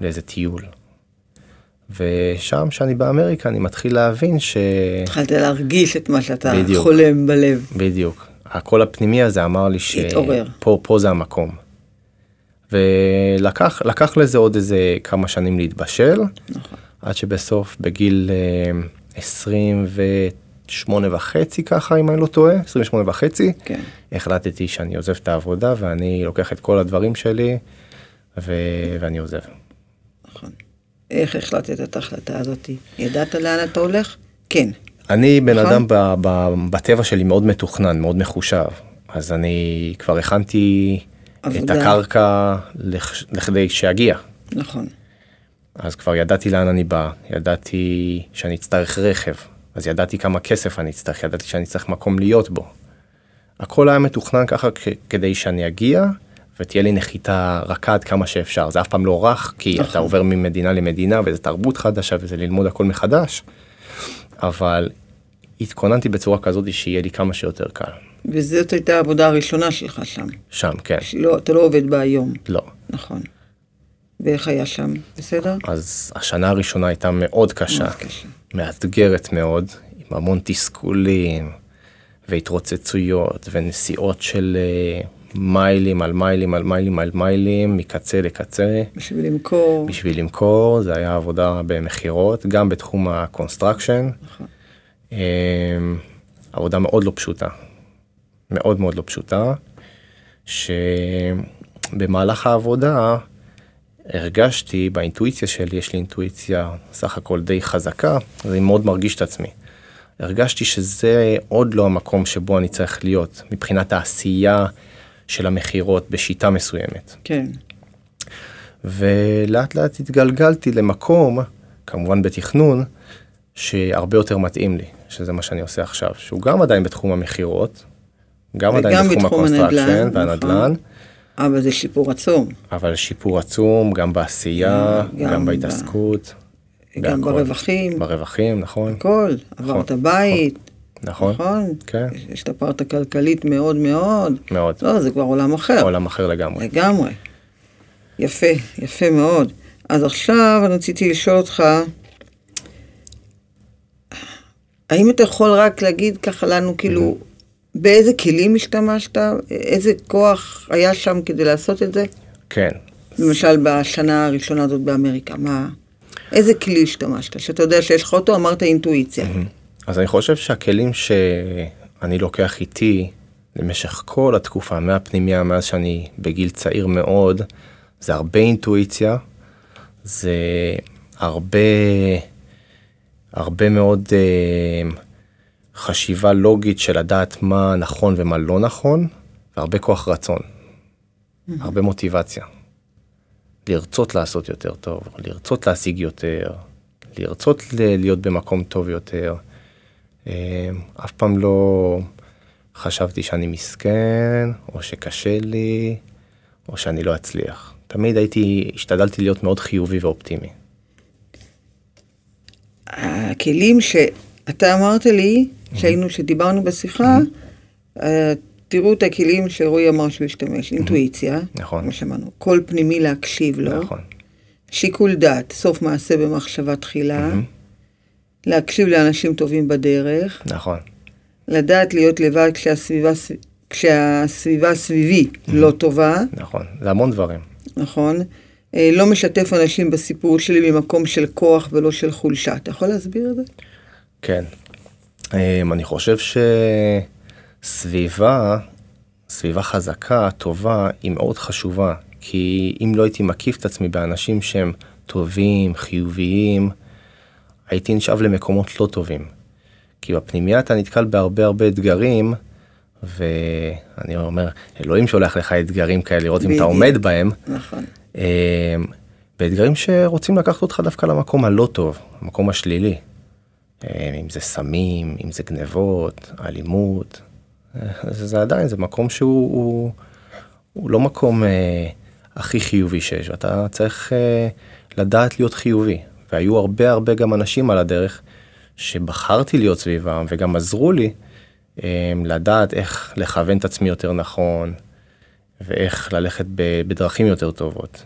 Speaker 3: לאיזה טיול. ושם, כשאני באמריקה, אני מתחיל להבין ש...
Speaker 2: התחלת להרגיש את מה שאתה
Speaker 3: בדיוק.
Speaker 2: חולם בלב.
Speaker 3: בדיוק. הקול הפנימי הזה אמר לי ש...
Speaker 2: התעורר.
Speaker 3: פה, פה זה המקום. ולקח לקח לזה עוד איזה כמה שנים להתבשל,
Speaker 2: נכון.
Speaker 3: עד שבסוף בגיל אה, 28 וחצי ככה, אם אני לא טועה, 28 וחצי,
Speaker 2: כן.
Speaker 3: החלטתי שאני עוזב את העבודה ואני לוקח את כל הדברים שלי ו... ואני עוזב.
Speaker 2: נכון. איך החלטת את ההחלטה הזאת? ידעת לאן אתה הולך? כן.
Speaker 3: אני בן
Speaker 2: נכון.
Speaker 3: אדם ב, ב, בטבע שלי מאוד מתוכנן, מאוד מחושב, אז אני כבר הכנתי את
Speaker 2: עבודה.
Speaker 3: הקרקע לכ, לכדי שאגיע.
Speaker 2: נכון.
Speaker 3: אז כבר ידעתי לאן אני בא, ידעתי שאני אצטרך רכב, אז ידעתי כמה כסף אני אצטרך, ידעתי שאני אצטרך מקום להיות בו. הכל היה מתוכנן ככה כ- כדי שאני אגיע ותהיה לי נחיתה רכה עד כמה שאפשר, זה אף פעם לא רך, כי אתה עובר ממדינה למדינה וזה תרבות חדשה וזה ללמוד הכל מחדש, אבל התכוננתי בצורה כזאת שיהיה לי כמה שיותר קל.
Speaker 2: וזאת הייתה העבודה הראשונה שלך שם.
Speaker 3: שם, כן,
Speaker 2: שלא, אתה לא עובד בה היום.
Speaker 3: לא.
Speaker 2: נכון. ואיך היה שם? בסדר?
Speaker 3: אז השנה הראשונה הייתה מאוד קשה.
Speaker 2: מאוד קשה.
Speaker 3: מאתגרת מאוד, עם המון תסכולים והתרוצצויות ונסיעות של אה, מיילים על מיילים על מיילים על מיילים מקצה לקצה.
Speaker 2: בשביל למכור.
Speaker 3: בשביל למכור, זה היה עבודה במכירות, גם בתחום הקונסטרקשן.
Speaker 2: נכון.
Speaker 3: אמ, עבודה מאוד לא פשוטה, מאוד מאוד לא פשוטה, שבמהלך העבודה הרגשתי באינטואיציה שלי, יש לי אינטואיציה סך הכל די חזקה, אז אני מאוד מרגיש את עצמי. הרגשתי שזה עוד לא המקום שבו אני צריך להיות, מבחינת העשייה של המכירות בשיטה מסוימת.
Speaker 2: כן.
Speaker 3: ולאט לאט התגלגלתי למקום, כמובן בתכנון, שהרבה יותר מתאים לי, שזה מה שאני עושה עכשיו, שהוא גם עדיין בתחום המכירות, גם
Speaker 2: וגם
Speaker 3: עדיין בתחום
Speaker 2: בתחום
Speaker 3: הקונסטרקשן
Speaker 2: הנדל"ן,
Speaker 3: והנדל"ן,
Speaker 2: נכון. אבל זה שיפור עצום.
Speaker 3: אבל שיפור עצום גם בעשייה,
Speaker 2: גם
Speaker 3: גם
Speaker 2: ב-
Speaker 3: בהתעסקות.
Speaker 2: גם
Speaker 3: בהכל.
Speaker 2: ברווחים.
Speaker 3: ברווחים, נכון,
Speaker 2: הכל. עברת בית.
Speaker 3: נכון,
Speaker 2: נכון.
Speaker 3: כן.
Speaker 2: יש- יש את הפארט הכלכלית מאוד מאוד.
Speaker 3: מאוד,
Speaker 2: לא, אה, זה כבר עולם אחר.
Speaker 3: עולם אחר לגמרי.
Speaker 2: לגמרי. יפה, יפה מאוד. אז עכשיו אני רציתי לשאול אותך, האם אתה יכול רק להגיד ככה לנו, כאילו, באיזה כלים השתמשת? איזה כוח היה שם כדי לעשות את זה?
Speaker 3: כן,
Speaker 2: למשל, בשנה הראשונה הזאת באמריקה, מה... איזה כלי השתמשת? שאתה יודע שיש לך אותו, אמרת אינטואיציה.
Speaker 3: אז אני חושב שהכלים שאני לוקח איתי למשך כל התקופה מהפנימיה מאז שאני בגיל צעיר מאוד זה הרבה אינטואיציה זה הרבה הרבה מאוד אה, חשיבה לוגית של לדעת מה נכון ומה לא נכון והרבה כוח רצון הרבה מוטיבציה. לרצות לעשות יותר טוב, לרצות להשיג יותר, לרצות ל- להיות במקום טוב יותר. אה, אף פעם לא חשבתי שאני מסכן, או שקשה לי, או שאני לא אצליח. תמיד הייתי, השתדלתי להיות מאוד חיובי ואופטימי.
Speaker 2: הכלים שאתה אמרת לי, שהיינו, שדיברנו בשיחה, אה, תראו את הכלים שרועי אמר שהוא השתמש, אינטואיציה,
Speaker 3: Mm-hmm. נכון.
Speaker 2: כמו שאמרנו, קול פנימי להקשיב לו,
Speaker 3: נכון.
Speaker 2: שיקול דעת, סוף מעשה במחשבה תחילה,
Speaker 3: Mm-hmm.
Speaker 2: להקשיב לאנשים טובים בדרך,
Speaker 3: נכון.
Speaker 2: לדעת להיות לבד כשהסביבה, ס- כשהסביבה סביבי
Speaker 3: Mm-hmm.
Speaker 2: לא טובה,
Speaker 3: נכון. זה המון דברים.
Speaker 2: נכון? אה, לא משתף אנשים בסיפור שלי ממקום של כוח ולא של חולשה. אתה יכול להסביר את זה?
Speaker 3: כן. אמ, אני חושב שסביבה, סביבה חזקה, טובה, היא מאוד חשובה. כי אם לא הייתי מקיף את עצמי באנשים שהם טובים, חיוביים, הייתי נשאב למקומות לא טובים. כי בפנימייה אתה נתקל בהרבה הרבה אתגרים, ואני אומר, אלוהים שולח לך אתגרים כאלה, לראות אם אתה
Speaker 2: בדיוק.
Speaker 3: עומד בהם.
Speaker 2: נכון.
Speaker 3: אמ, באתגרים שרוצים לקחת אותך דווקא למקום הלא טוב, המקום השלילי. אמ, אם זה סמים, אם זה גנבות, אלימות, אה, זה זה עדיין, זה מקום שהוא הוא, הוא לא מקום אה, הכי חיובי שיש, ואתה צריך אה, לדעת להיות חיובי. והיו הרבה הרבה גם אנשים על הדרך שבחרתי להיות סביבם וגם עזרו לי אה, לדעת איך לכוון את עצמי יותר נכון, ואיך ללכת ב- בדרכים יותר טובות.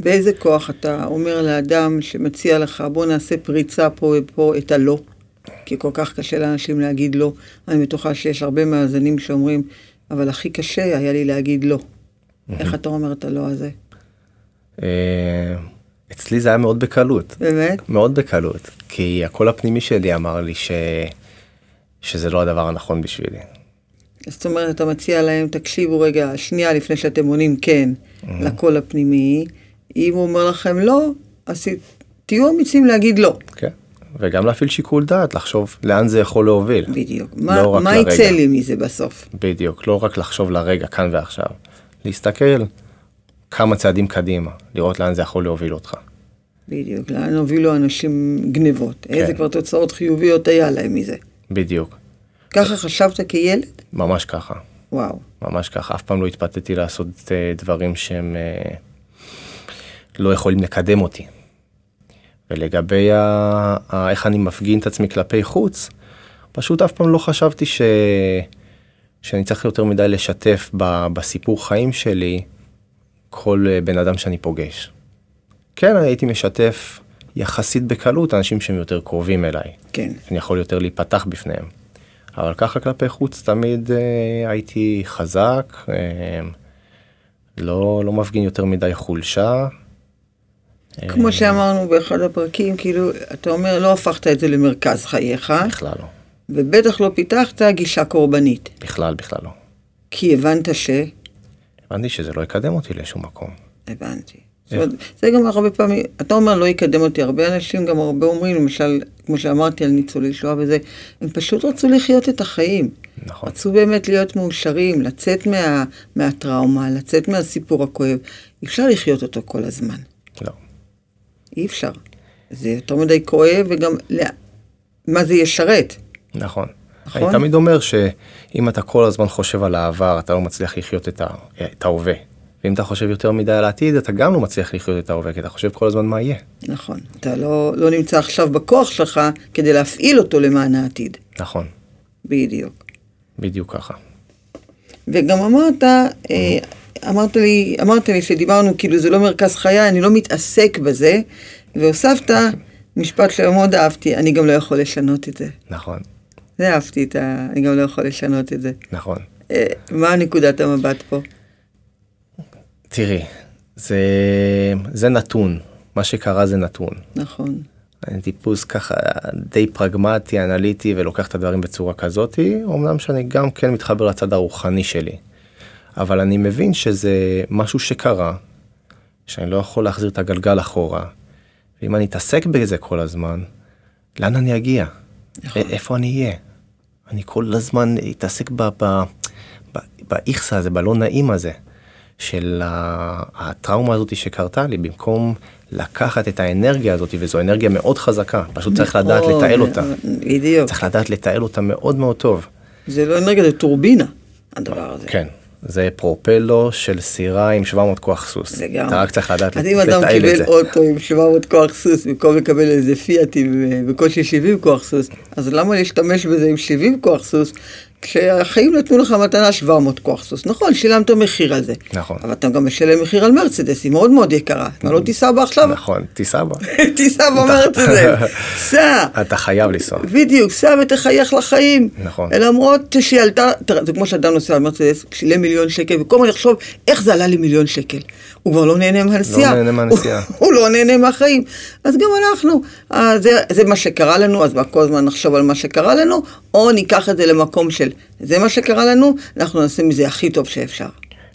Speaker 2: באיזה כוח אתה אומר לאדם שמציע לך, בוא נעשה פריצה פה ופה את הלא? כי כל כך קשה לאנשים להגיד לא. אני בטוחה שיש הרבה מאזינים שאומרים, אבל הכי קשה היה לי להגיד לא. איך אתה אומר את הלא הזה?
Speaker 3: אה, אצלי זה היה מאוד בקלות.
Speaker 2: באמת?
Speaker 3: מאוד בקלות. כי הקול הפנימי שלי אמר לי ש... שזה לא הדבר הנכון בשבילי.
Speaker 2: זאת אומרת, אתה מציע להם, תקשיבו רגע, שנייה לפני שאתם עונים כן לקול הפנימי. אם הוא אומר לכם לא, אז תהיו אמיצים להגיד לא.
Speaker 3: כן. וגם להפעיל שיקול דעת, לחשוב לאן זה יכול להוביל.
Speaker 2: בדיוק.
Speaker 3: לא
Speaker 2: מה,
Speaker 3: רק
Speaker 2: מה
Speaker 3: לרגע.
Speaker 2: יצא לי מזה בסוף?
Speaker 3: בדיוק, לא רק לחשוב לרגע, כאן ועכשיו. להסתכל כמה צעדים קדימה, לראות לאן זה יכול להוביל אותך.
Speaker 2: בדיוק. לאן הובילו אנשים גנבות? איזה כבר תוצאות חיוביות היה להם מזה?
Speaker 3: בדיוק,
Speaker 2: ככה חשבת כילד?
Speaker 3: ממש ככה.
Speaker 2: וואו.
Speaker 3: ממש ככה, אף פעם לא התפתיתי לעשות אה, דברים שהם אה, לא יכולים לקדם אותי. ולגבי ה... ה... איך אני מפגין את עצמי כלפי חוץ, פשוט אף פעם לא חשבתי ש... שאני צריך יותר מדי לשתף ב... בסיפור חיים שלי כל אה, בן אדם שאני פוגש. כן, הייתי משתף יחסית בקלות אנשים שהם יותר קרובים אליי.
Speaker 2: כן.
Speaker 3: אני יכול יותר להיפתח בפניהם. אבל ככה כלפי חוץ תמיד אה, הייתי חזק, אה, לא, לא מפגין יותר מדי חולשה. אה,
Speaker 2: כמו שאמרנו באחד הפרקים, כאילו, אתה אומר, לא הפכת את זה למרכז חייך,
Speaker 3: בכלל לא,
Speaker 2: ובטח לא פיתחת גישה קורבנית.
Speaker 3: בכלל בכלל לא.
Speaker 2: כי הבנת ש...
Speaker 3: הבנתי שזה לא יקדם אותי לשום מקום.
Speaker 2: הבנתי. זאת אומרת, זה גם הרבה פעמים, אתה אומר לא יקדם אותי, הרבה אנשים גם הרבה אומרים, למשל, כמו שאמרתי על ניצולי שואה וזה, הם פשוט רצו לחיות את החיים.
Speaker 3: נכון.
Speaker 2: רצו באמת להיות מאושרים, לצאת מה, מהטראומה, לצאת מהסיפור הכואב. אי אפשר לחיות אותו כל הזמן,
Speaker 3: לא.
Speaker 2: אי אפשר. זה יותר מדי כואב וגם, לא, מה זה ישרת?
Speaker 3: נכון.
Speaker 2: נכון.
Speaker 3: נכון. אני תמיד אומר שאם אתה כל הזמן חושב על העבר, אתה לא מצליח לחיות את, ה... את ההווה. ואם אתה חושב יותר מדי על העתיד, אתה גם לא מצליח לחיות את ההווה, כי אתה חושב כל הזמן מה יהיה.
Speaker 2: נכון. אתה לא, לא נמצא עכשיו בכוח שלך כדי להפעיל אותו למען העתיד.
Speaker 3: נכון,
Speaker 2: בדיוק.
Speaker 3: בדיוק ככה.
Speaker 2: וגם אמרת, אה, אמרת לי, אמרת לי שדיברנו, כאילו זה לא מרכז חיי, אני לא מתעסק בזה, והוספת משפט שמאוד אהבתי, אני גם לא יכול לשנות את זה.
Speaker 3: נכון,
Speaker 2: זה אהבתי את ה... אני גם לא יכול לשנות את זה.
Speaker 3: נכון.
Speaker 2: אה, מה נקודת המבט פה?
Speaker 3: תראי, זה, זה נתון, מה שקרה זה נתון.
Speaker 2: נכון.
Speaker 3: אני טיפוס ככה די פרגמטי, אנליטי, ולוקח את הדברים בצורה כזאתי, אמנם שאני גם כן מתחבר לצד הרוחני שלי. אבל אני מבין שזה משהו שקרה, שאני לא יכול להחזיר את הגלגל אחורה, ואם אני אתעסק בזה כל הזמן, לאן אני אגיע? א- איפה אני אהיה? אני כל הזמן אתעסק ב- ב- ב- באיכסה הזה, בלא נעים הזה, של ה- הטראומה הזאת שקרתה לי, במקום לקחת את האנרגיה הזאת, וזו אנרגיה מאוד חזקה, פשוט צריך לדעת
Speaker 2: מאוד,
Speaker 3: לתעל אותה.
Speaker 2: אה, בדיוק.
Speaker 3: צריך לדעת לתעל אותה מאוד מאוד טוב.
Speaker 2: זה לא אנרגיה, זה טורבינה, הדבר הזה.
Speaker 3: כן, זה פרופלו של סירה עם 700 כוח סוס.
Speaker 2: לגמרי.
Speaker 3: אתה רק צריך לדעת
Speaker 2: אז
Speaker 3: לת-
Speaker 2: אם אדם
Speaker 3: לתעל את
Speaker 2: קיבל
Speaker 3: זה.
Speaker 2: אוטו עם 700 כוח סוס במקום לקבל איזה פיאט עם אה, בקושי 70 כוח סוס, אז למה להשתמש בזה עם 70 כוח סוס כשהחיים נתנו לך מתנה 700 כוח סוס? נכון, שילמת מחיר על זה.
Speaker 3: נכון.
Speaker 2: אבל אתה גם משלם מחיר על מרצדס, היא מאוד מאוד יקרה. אתה לא תיסע בה עכשיו,
Speaker 3: נכון, תיסע בה.
Speaker 2: תיסע במרצדס. סע.
Speaker 3: אתה חייב לנסוע.
Speaker 2: בדיוק, סע ותחייך לחיים.
Speaker 3: נכון.
Speaker 2: למרות שהיא עלתה, תראה, זה כמו שאדם נוסע על מרצדס, שילם מיליון שקל, וכל הזמן יחשוב, איך זה עלה לי מיליון שקל? הוא כבר לא נהנה מהנסיעה.
Speaker 3: נהנה מהנסיעה.
Speaker 2: הוא, הוא לא נהנה מהחיים. אז גם אנחנו, אה, זה, זה מה שקרה לנו, אז מה, כל הזמן נחשוב על מה שקרה לנו, או ניקח את זה למקום של, זה מה שקרה לנו, אנחנו נעשה מזה הכי טוב שאפשר.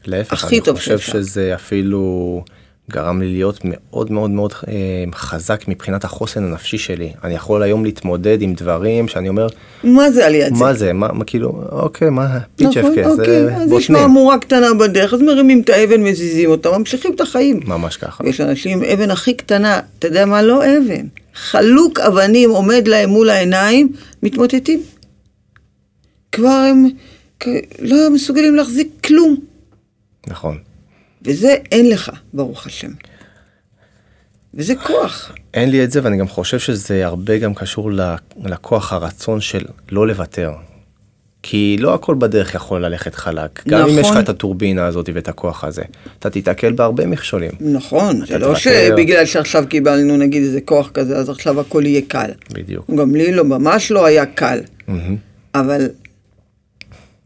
Speaker 3: להפך,
Speaker 2: הכי
Speaker 3: אני
Speaker 2: טוב
Speaker 3: חושב
Speaker 2: שאפשר.
Speaker 3: שזה אפילו גרם לי להיות מאוד מאוד מאוד אה, חזק מבחינת החוסן הנפשי שלי. אני יכול היום להתמודד עם דברים שאני אומר,
Speaker 2: מה זה עליית זה?
Speaker 3: מה זה, מה, מה כאילו, אוקיי, מה, פיצ'פקס,
Speaker 2: נכון, אוקיי, אז יש מהמורה קטנה בדרך, אז מרימים את האבן, מזיזים אותה, ממשיכים את החיים.
Speaker 3: ממש ככה.
Speaker 2: יש נכון. אנשים עם אבן הכי קטנה, אתה יודע מה? לא אבן. חלוק אבנים עומד להם מול העיניים, מתמוטטים. כבר הם כ- לא מסוגלים להחזיק כלום.
Speaker 3: נכון.
Speaker 2: וזה אין לך, ברוך השם. וזה כוח.
Speaker 3: אין לי את זה ואני גם חושב שזה הרבה גם קשור ל- לכוח הרצון של לא לוותר. כי לא הכל בדרך יכול ללכת חלק. גם אם
Speaker 2: נכון.
Speaker 3: יש לך את הטורבינה הזאת ואת הכוח הזה, אתה תיתקל בהרבה מכשולים.
Speaker 2: נכון, זה לא
Speaker 3: תוותר.
Speaker 2: שבגלל שעכשיו קיבלנו נגיד איזה כוח כזה, אז עכשיו הכל יהיה קל.
Speaker 3: בדיוק.
Speaker 2: גם לי לא, ממש לא היה קל.
Speaker 3: מהמם.
Speaker 2: אבל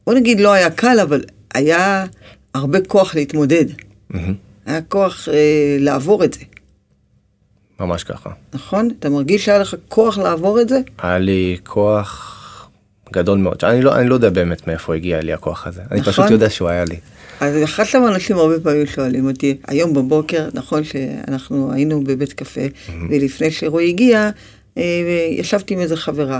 Speaker 2: בוא נגיד לא היה קל, אבל היה הרבה כוח להתמודד.
Speaker 3: מהמם.
Speaker 2: היה כוח אה, לעבור את זה,
Speaker 3: ממש ככה.
Speaker 2: נכון? אתה מרגיש שהיה לך כוח לעבור את זה?
Speaker 3: היה לי כוח גדול מאוד. אני לא, אני לא יודע באמת מאיפה הגיע לי הכוח הזה. אני
Speaker 2: נכון.
Speaker 3: פשוט יודע שהוא היה לי.
Speaker 2: אז אחת למה אנשים הרבה פעמים שואלים אותי, היום בבוקר, נכון שאנחנו היינו בבית קפה, ולפני שרועי הגיע, אה, ישבתי עם איזה חברה.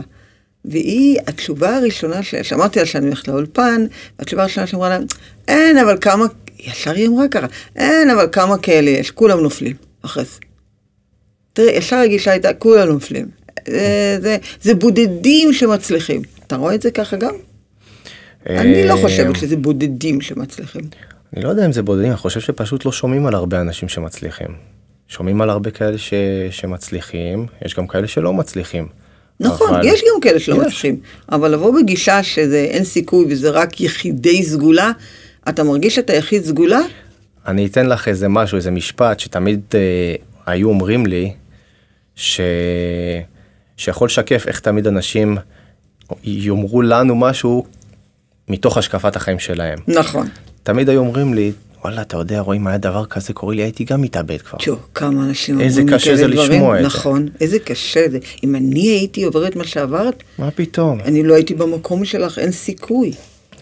Speaker 2: והיא, התשובה הראשונה, ש- שאמרתי לה שאני הולכת לאולפן, והתשובה הראשונה שאמרה לה, אין, אבל כמה, ישר היא אמרה ככה, אין, אבל כמה כאלה יש, כולם נופלים, אחרי זה. תראה, ישר הגישה הייתה, כולם נופלים. זה, זה, זה בודדים שמצליחים. אתה רואה את זה ככה גם? אני לא
Speaker 3: אה,
Speaker 2: חושבת שזה בודדים שמצליחים.
Speaker 3: אני לא יודע אם זה בודדים, אני חושב שפשוט לא שומעים על הרבה אנשים שמצליחים. שומעים על הרבה כאלה ש... שמצליחים, יש גם כאלה שלא מצליחים.
Speaker 2: נכון,
Speaker 3: אבל-
Speaker 2: יש גם כאלה שלא
Speaker 3: יש.
Speaker 2: מצליחים, אבל לבוא בגישה שזה אין סיכוי וזה רק יחידי סגולה, אתה מרגיש שאתה יחיד סגולה?
Speaker 3: אני אתן לך איזה משהו, איזה משפט שתמיד אה, היו אומרים לי, ש... שיכול לשקף איך תמיד אנשים יאמרו לנו משהו מתוך השקפת החיים שלהם.
Speaker 2: נכון.
Speaker 3: תמיד היו אומרים לי, וואלה, אתה יודע, רואים, היה דבר כזה קורה לי, הייתי גם מתאבד כבר.
Speaker 2: תשמעו, כמה אנשים
Speaker 3: איזה
Speaker 2: אומרים לי
Speaker 3: קשה זה
Speaker 2: כאלה דברים.
Speaker 3: לשמוע את זה.
Speaker 2: נכון, איזה קשה זה. אם אני הייתי עוברת מה שעברת,
Speaker 3: מה פתאום?
Speaker 2: אני לא הייתי במקום שלך, אין סיכוי.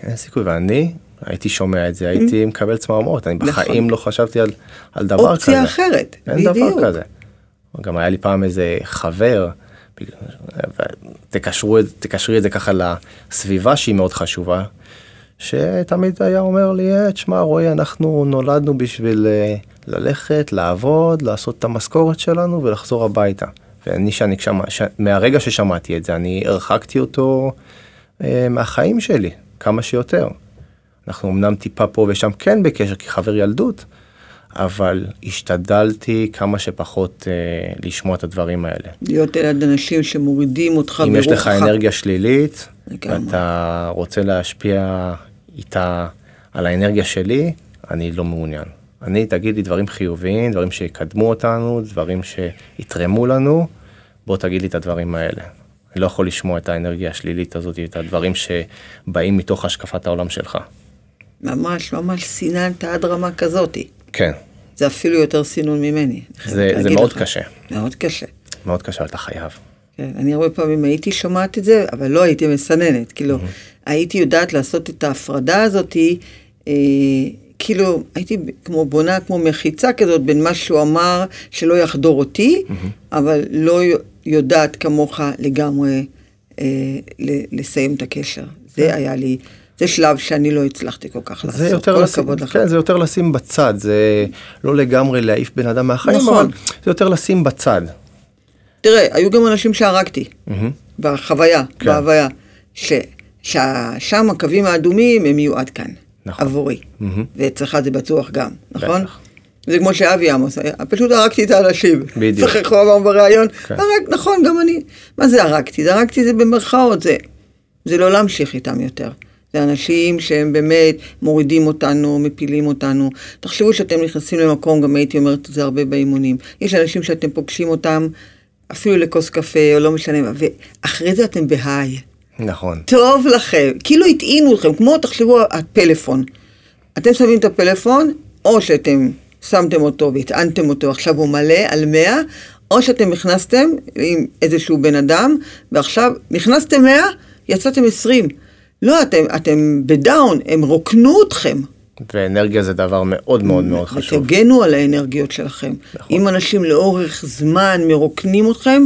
Speaker 3: אין סיכוי, ואני הייתי שומע את זה, הייתי מקבל צמרמורות, אני
Speaker 2: Mm-hmm. נכון.
Speaker 3: בחיים לא חשבתי על, על דבר כזה.
Speaker 2: אופציה אחרת,
Speaker 3: אין דבר
Speaker 2: בדיוק.
Speaker 3: כזה. גם היה לי פעם איזה חבר, בגלל- תקשרו, את- תקשרי את זה ככה לסביבה שהיא מאוד חשובה, שתמיד היה אומר לי, "אה, תשמע רועי, אנחנו נולדנו בשביל אה, ללכת, לעבוד, לעשות את המשכורת שלנו ולחזור הביתה. ואני, שאני, כשמע, ש... מהרגע ששמעתי את זה, אני הרחקתי אותו אה, מהחיים שלי כמה שיותר. אנחנו אמנם טיפה פה ושם כן בקשר כחבר ילדות, אבל השתדלתי כמה שפחות אה, לשמוע את הדברים האלה.
Speaker 2: להיות ליד אנשים שמורידים אותך
Speaker 3: אם יש לך
Speaker 2: ברוחך.
Speaker 3: אנרגיה שלילית,
Speaker 2: לגמרי.
Speaker 3: ואתה רוצה להשפיע איתה על האנרגיה שלי, אני לא מעוניין. אני, תגיד לי דברים חיוביים, דברים שיקדמו אותנו, דברים שיתרמו לנו, בוא תגיד לי את הדברים האלה. אני לא יכול לשמוע את האנרגיה השלילית הזאת, את הדברים שבאים מתוך השקפת העולם שלך.
Speaker 2: ממש, ממש סיננת עד רמה כזאתי.
Speaker 3: כן,
Speaker 2: זה אפילו יותר סינון ממני. אני חייבת
Speaker 3: זה- זה
Speaker 2: להגיד
Speaker 3: מאוד
Speaker 2: לך.
Speaker 3: קשה.
Speaker 2: מאוד קשה.
Speaker 3: מאוד קשה, אבל אתה חייב.
Speaker 2: כן, אני הרבה פעמים הייתי שומעת את זה, אבל לא הייתי מסננת. כאילו, הייתי יודעת לעשות את ההפרדה הזאתי, אה, כאילו, הייתי ב- כמו בונה, כמו מחיצה כזאת בין מה שהוא אמר, שלא יחדור אותי, אבל לא י- יודעת כמוך לגמרי אה, ל- לסיים את הקשר. זה היה לי, זה שלב שאני לא הצלחתי כל כך לעשות.
Speaker 3: זה יותר,
Speaker 2: כל
Speaker 3: לשים,
Speaker 2: הכבוד לך.
Speaker 3: כן, זה יותר לשים בצד, זה לא לגמרי להעיף בן אדם מהחיים,
Speaker 2: נכון.
Speaker 3: אבל זה יותר לשים בצד.
Speaker 2: תראה, היו גם אנשים שהרגתי, בחוויה,
Speaker 3: כן.
Speaker 2: בהוויה, ש- ששם הקווים האדומים הם יהיו עד כאן,
Speaker 3: נכון.
Speaker 2: עבורי, ואצלך זה בטוח גם, נכון?
Speaker 3: בטח.
Speaker 2: זה כמו שאבי עמוס, היה, פשוט הרגתי את האנשים.
Speaker 3: בדיוק.
Speaker 2: צחקו אמר בריאיון,
Speaker 3: כן.
Speaker 2: הרג, נכון, גם אני. מה זה הרגתי? זה הרגתי זה במרכאות, זה, זה לא להמשיך איתם יותר. זה אנשים שהם באמת מורידים אותנו, מפילים אותנו. תחשבו שאתם נכנסים למקום, גם הייתי אומרת את זה הרבה באימונים. יש אנשים שאתם פוגשים אותם, אפילו לכוס קפה, או לא משנה, מה, ואחרי זה אתם בהיי.
Speaker 3: נכון.
Speaker 2: טוב לכם, כאילו הטעינו אתכם, כמו תחשבו הפלאפון. אתם שמים את הפלאפון, או שאתם שמתם אותו והטענתם אותו, עכשיו הוא מלא על 100, או שאתם נכנסתם עם איזשהו בן אדם, ועכשיו נכנסתם 100, יצאתם 20. לא, אתם, אתם בדאון, הם רוקנו אתכם.
Speaker 3: ואנרגיה זה דבר מאוד מאוד מאוד חשוב.
Speaker 2: ותגנו על האנרגיות שלכם.
Speaker 3: נכון.
Speaker 2: אם אנשים לאורך זמן מרוקנים אתכם,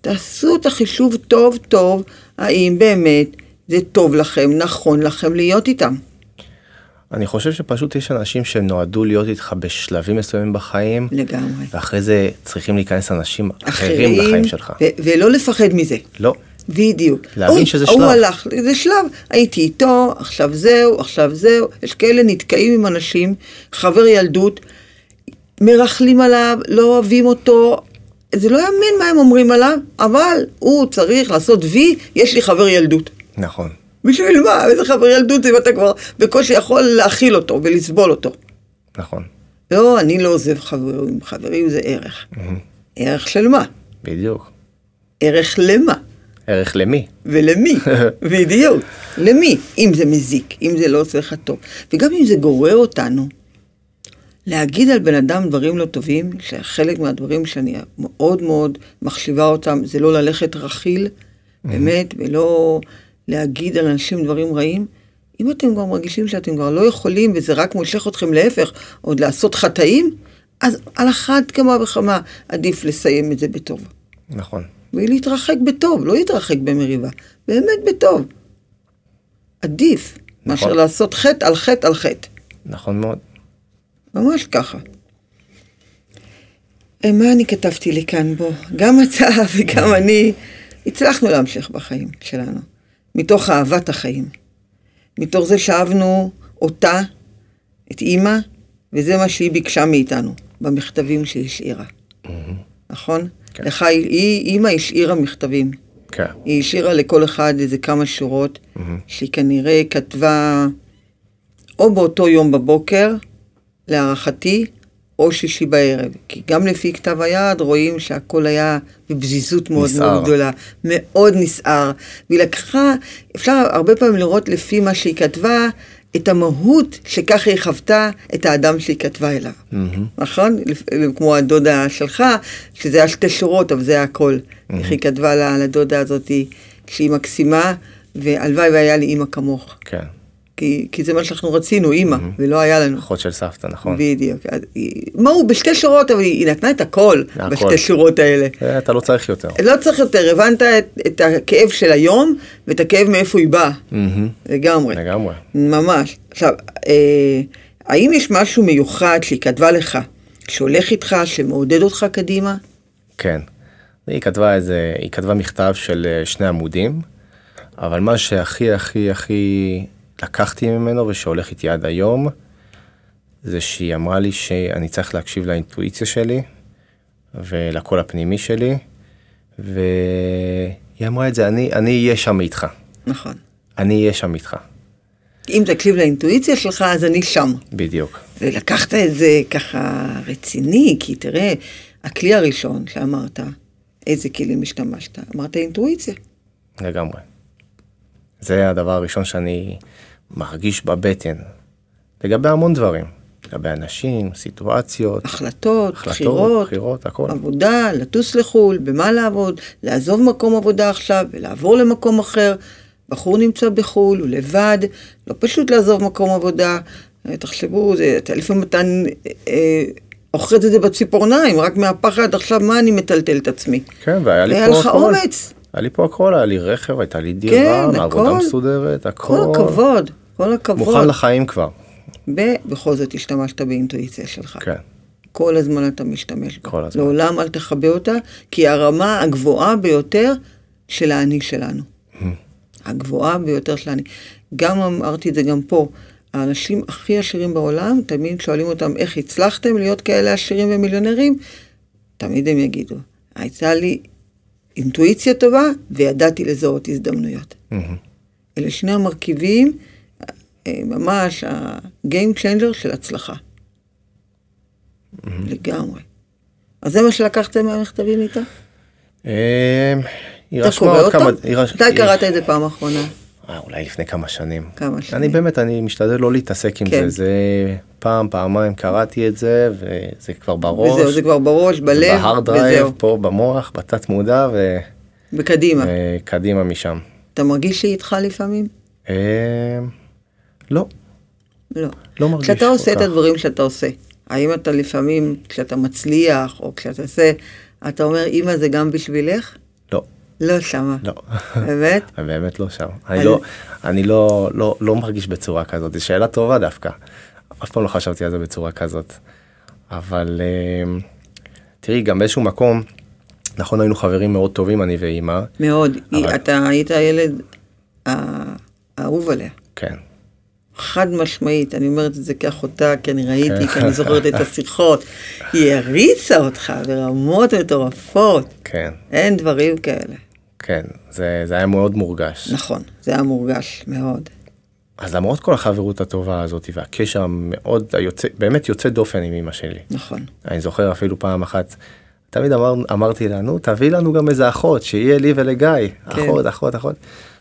Speaker 2: תעשו את החישוב טוב טוב, האם באמת זה טוב לכם, נכון לכם להיות איתם.
Speaker 3: אני חושב שפשוט יש אנשים שנועדו להיות איתך בשלבים מסוימים בחיים,
Speaker 2: לגמרי.
Speaker 3: ואחרי זה צריכים להיכנס אנשים אחרים לחיים שלך.
Speaker 2: ו- ולא לפחד מזה.
Speaker 3: לא.
Speaker 2: בדיוק.
Speaker 3: להבין
Speaker 2: אוי,
Speaker 3: שזה
Speaker 2: הוא
Speaker 3: שלב.
Speaker 2: הלך, זה שלב. הייתי איתו, עכשיו זהו, עכשיו זהו. יש כאלה נתקעים עם אנשים, חבר ילדות, מרכלים עליו, לא אוהבים אותו. זה לא יאמן מה הם אומרים עליו, אבל הוא צריך לעשות וי, יש לי חבר ילדות.
Speaker 3: נכון.
Speaker 2: בשביל מה? איזה חבר ילדות אם אתה כבר בקושי יכול להכיל אותו ולסבול אותו.
Speaker 3: נכון,
Speaker 2: לא, אני לא עוזב חברים, חברים זה ערך. ערך של מה?
Speaker 3: בדיוק.
Speaker 2: ערך למה?
Speaker 3: ערך למי?
Speaker 2: ולמי? בדיוק. למי? אם זה מזיק, אם זה לא עושה לך טוב. וגם אם זה גורר אותנו, להגיד על בן אדם דברים לא טובים, שחלק מהדברים שאני מאוד מאוד מחשיבה אותם, זה לא ללכת רכיל, באמת, ולא להגיד על אנשים דברים רעים. אם אתם כבר מרגישים שאתם כבר לא יכולים, וזה רק מושך אתכם להפך, עוד לעשות חטאים, אז על אחת כמה וכמה עדיף לסיים את זה בטוב.
Speaker 3: נכון,
Speaker 2: ולהתרחק בטוב, לא להתרחק במריבה, באמת בטוב. עדיף מאשר לעשות חטא על חטא על חטא,
Speaker 3: נכון מאוד.
Speaker 2: ממש ככה. אה, מה אני כתבתי לי כאן בו? גם אתה וגם אני הצלחנו להמשיך בחיים שלנו, מתוך אהבת החיים. מתוך זה שאהבנו אותה, את אימא, וזה מה שהיא ביקשה מאיתנו, במכתבים שהיא השאירה. נכון?
Speaker 3: כן.
Speaker 2: לך היא, היא- אימא השאירה מכתבים.
Speaker 3: כן,
Speaker 2: היא השאירה לכל אחד איזה כמה שורות,
Speaker 3: Mm.
Speaker 2: שהיא כנראה כתבה או באותו יום בבוקר, להערכתי, או שישי בערב. כי גם לפי כתב היד רואים שהכל היה בפזיזות מאוד
Speaker 3: נסער.
Speaker 2: מאוד גדולה, מאוד נסער. והיא לקחה, אפשר הרבה פעמים לראות לפי מה שהיא כתבה, את המהות שככה היא חוותה את האדם שהיא כתבה אליו. נכון? לפ- כמו הדודה שלך, שזה היה שתי שורות, אבל זה היה הכל. איך היא כתבה לה- לדודה הזאת שהיא מקסימה, והלוואי והיה לי אימא כמוך.
Speaker 3: כן.
Speaker 2: כי, כי זה מה שאנחנו רצינו, אימא, ולא היה לנו.
Speaker 3: אחות של סבתא, נכון.
Speaker 2: בדיוק. אז היא- מה הוא בשתי שורות, אבל היא היא נתנה את הכל
Speaker 3: הכל.
Speaker 2: בשתי שורות האלה.
Speaker 3: אה, אתה לא צריך יותר.
Speaker 2: לא צריך יותר, הבנת את, את הכאב של היום ואת הכאב מאיפה היא באה. לגמרי.
Speaker 3: לגמרי.
Speaker 2: ממש. עכשיו, אה, האם יש משהו מיוחד שהיא כתבה לך, שהולך איתך, שמעודד אותך קדימה?
Speaker 3: כן. היא כתבה איזה, היא כתבה מכתב של אה, שני עמודים, אבל מה שהכי הכי הכי לקחתי ממנו ושהולך איתי עד היום, זה שהיא אמרה לי שאני צריך להקשיב לאינטואיציה שלי ולקול הפנימי שלי, והיא אמרה את זה, אני, אני אהיה שם איתך,
Speaker 2: נכון.
Speaker 3: אני אהיה שם איתך,
Speaker 2: אם תקשיב לאינטואיציה שלך, אז אני שם.
Speaker 3: בדיוק.
Speaker 2: ולקחת את זה ככה רציני, כי תראה, הכלי הראשון שאמרת, איזה כלים השתמשת? אמרת אינטואיציה.
Speaker 3: לגמרי. זה הדבר הראשון שאני מרגיש בבטן. לגבי המון דברים. לגבי אנשים, סיטואציות,
Speaker 2: החלטות,
Speaker 3: החלטות,
Speaker 2: בחירות,
Speaker 3: בחירות, הכל.
Speaker 2: עבודה, לטוס לחו"ל, במה לעבוד, לעזוב מקום עבודה עכשיו ולעבור למקום אחר. בחור נמצא בחו"ל, הוא לבד, לא פשוט לעזוב מקום עבודה. אה, תחשבו, זה, אתה לפעמים אתה אה, אוחז את זה בציפורניים, רק מהפחד, עכשיו מה אני מטלטל את עצמי?
Speaker 3: כן, והיה לי פה
Speaker 2: היה
Speaker 3: הכל.
Speaker 2: לך אומץ.
Speaker 3: היה לי פה הכל, היה לי רכב, הייתה לי דירה,
Speaker 2: כן,
Speaker 3: עבודה
Speaker 2: הכל.
Speaker 3: מסודרת, הכל.
Speaker 2: כל הכבוד, כל הכבוד.
Speaker 3: מוכן לחיים כבר.
Speaker 2: ובכל זאת השתמשת באינטואיציה שלך.
Speaker 3: כן,
Speaker 2: כל הזמן אתה משתמש בה.
Speaker 3: כל הזמן.
Speaker 2: לעולם אל תכבה אותה, כי היא הרמה הגבוהה ביותר של האני שלנו.
Speaker 3: Hmm.
Speaker 2: הגבוהה ביותר של האני. גם אמרתי את זה גם פה, האנשים הכי עשירים בעולם, תמיד שואלים אותם איך הצלחתם להיות כאלה עשירים ומיליונרים, תמיד הם יגידו, הייתה לי אינטואיציה טובה וידעתי לזהות הזדמנויות. אלה שני המרכיבים, אה, ממש ה-game changer של הצלחה. לגמרי. אז זה מה שלקחתם מהמכתבים איתה?
Speaker 3: אמ, היא
Speaker 2: אתה
Speaker 3: רשמה
Speaker 2: קורא
Speaker 3: עוד
Speaker 2: אותם?
Speaker 3: כמה... היא רש-
Speaker 2: מתי
Speaker 3: היא-
Speaker 2: קראת את זה פעם אחרונה?
Speaker 3: אה, אולי לפני כמה שנים.
Speaker 2: כמה
Speaker 3: אני
Speaker 2: שנים.
Speaker 3: באמת, אני משתדל לא להתעסק עם
Speaker 2: כן.
Speaker 3: זה, זה פעם, פעמיים קראתי את זה, וזה כבר בראש.
Speaker 2: וזהו, זה כבר בראש, בלב,
Speaker 3: בהארד דרייב,
Speaker 2: וזהו,
Speaker 3: פה במוח, בתת מודע ו-
Speaker 2: בקדימה.
Speaker 3: וקדימה משם.
Speaker 2: אתה מרגיש שהיא איתך לפעמים?
Speaker 3: אה, לא,
Speaker 2: לא.
Speaker 3: לא מרגיש
Speaker 2: כשאתה
Speaker 3: כל
Speaker 2: עושה את
Speaker 3: כך.
Speaker 2: הדברים שאתה עושה, האם אתה לפעמים, כשאתה מצליח, או כשאתה עושה, אתה אומר, אמא זה גם בשבילך?
Speaker 3: לא,
Speaker 2: לא שמה.
Speaker 3: לא.
Speaker 2: באמת?
Speaker 3: אני באמת לא שם. אני לא, אני לא, לא, לא מרגיש בצורה כזאת, זו שאלה טובה דווקא. אף פעם לא חשבתי על זה בצורה כזאת. אבל אה, תראי, גם באיזשהו מקום, נכון היינו חברים מאוד טובים, אני ואימא,
Speaker 2: מאוד. היא-
Speaker 3: אבל-
Speaker 2: אתה היית הילד הא- האהוב עליה.
Speaker 3: כן,
Speaker 2: חד משמעית, אני אומרת את זה כאחותה, כי אני ראיתי, כי אני זוכרת את השיחות. היא הריצה אותך ברמות מטורפות.
Speaker 3: כן,
Speaker 2: אין דברים כאלה.
Speaker 3: כן, זה, זה היה מאוד מורגש.
Speaker 2: נכון, זה היה מורגש מאוד.
Speaker 3: אז למרות כל החברות הטובה הזאת והקשר המאוד היוצא, באמת יוצא דופן עם אמא שלי.
Speaker 2: נכון.
Speaker 3: אני זוכר אפילו פעם אחת, תמיד אמר, אמרתי לה, נו, תביא לנו גם איזה אחות, שיהיה לי ולגיא.
Speaker 2: כן.
Speaker 3: אחות, אחות, אחות.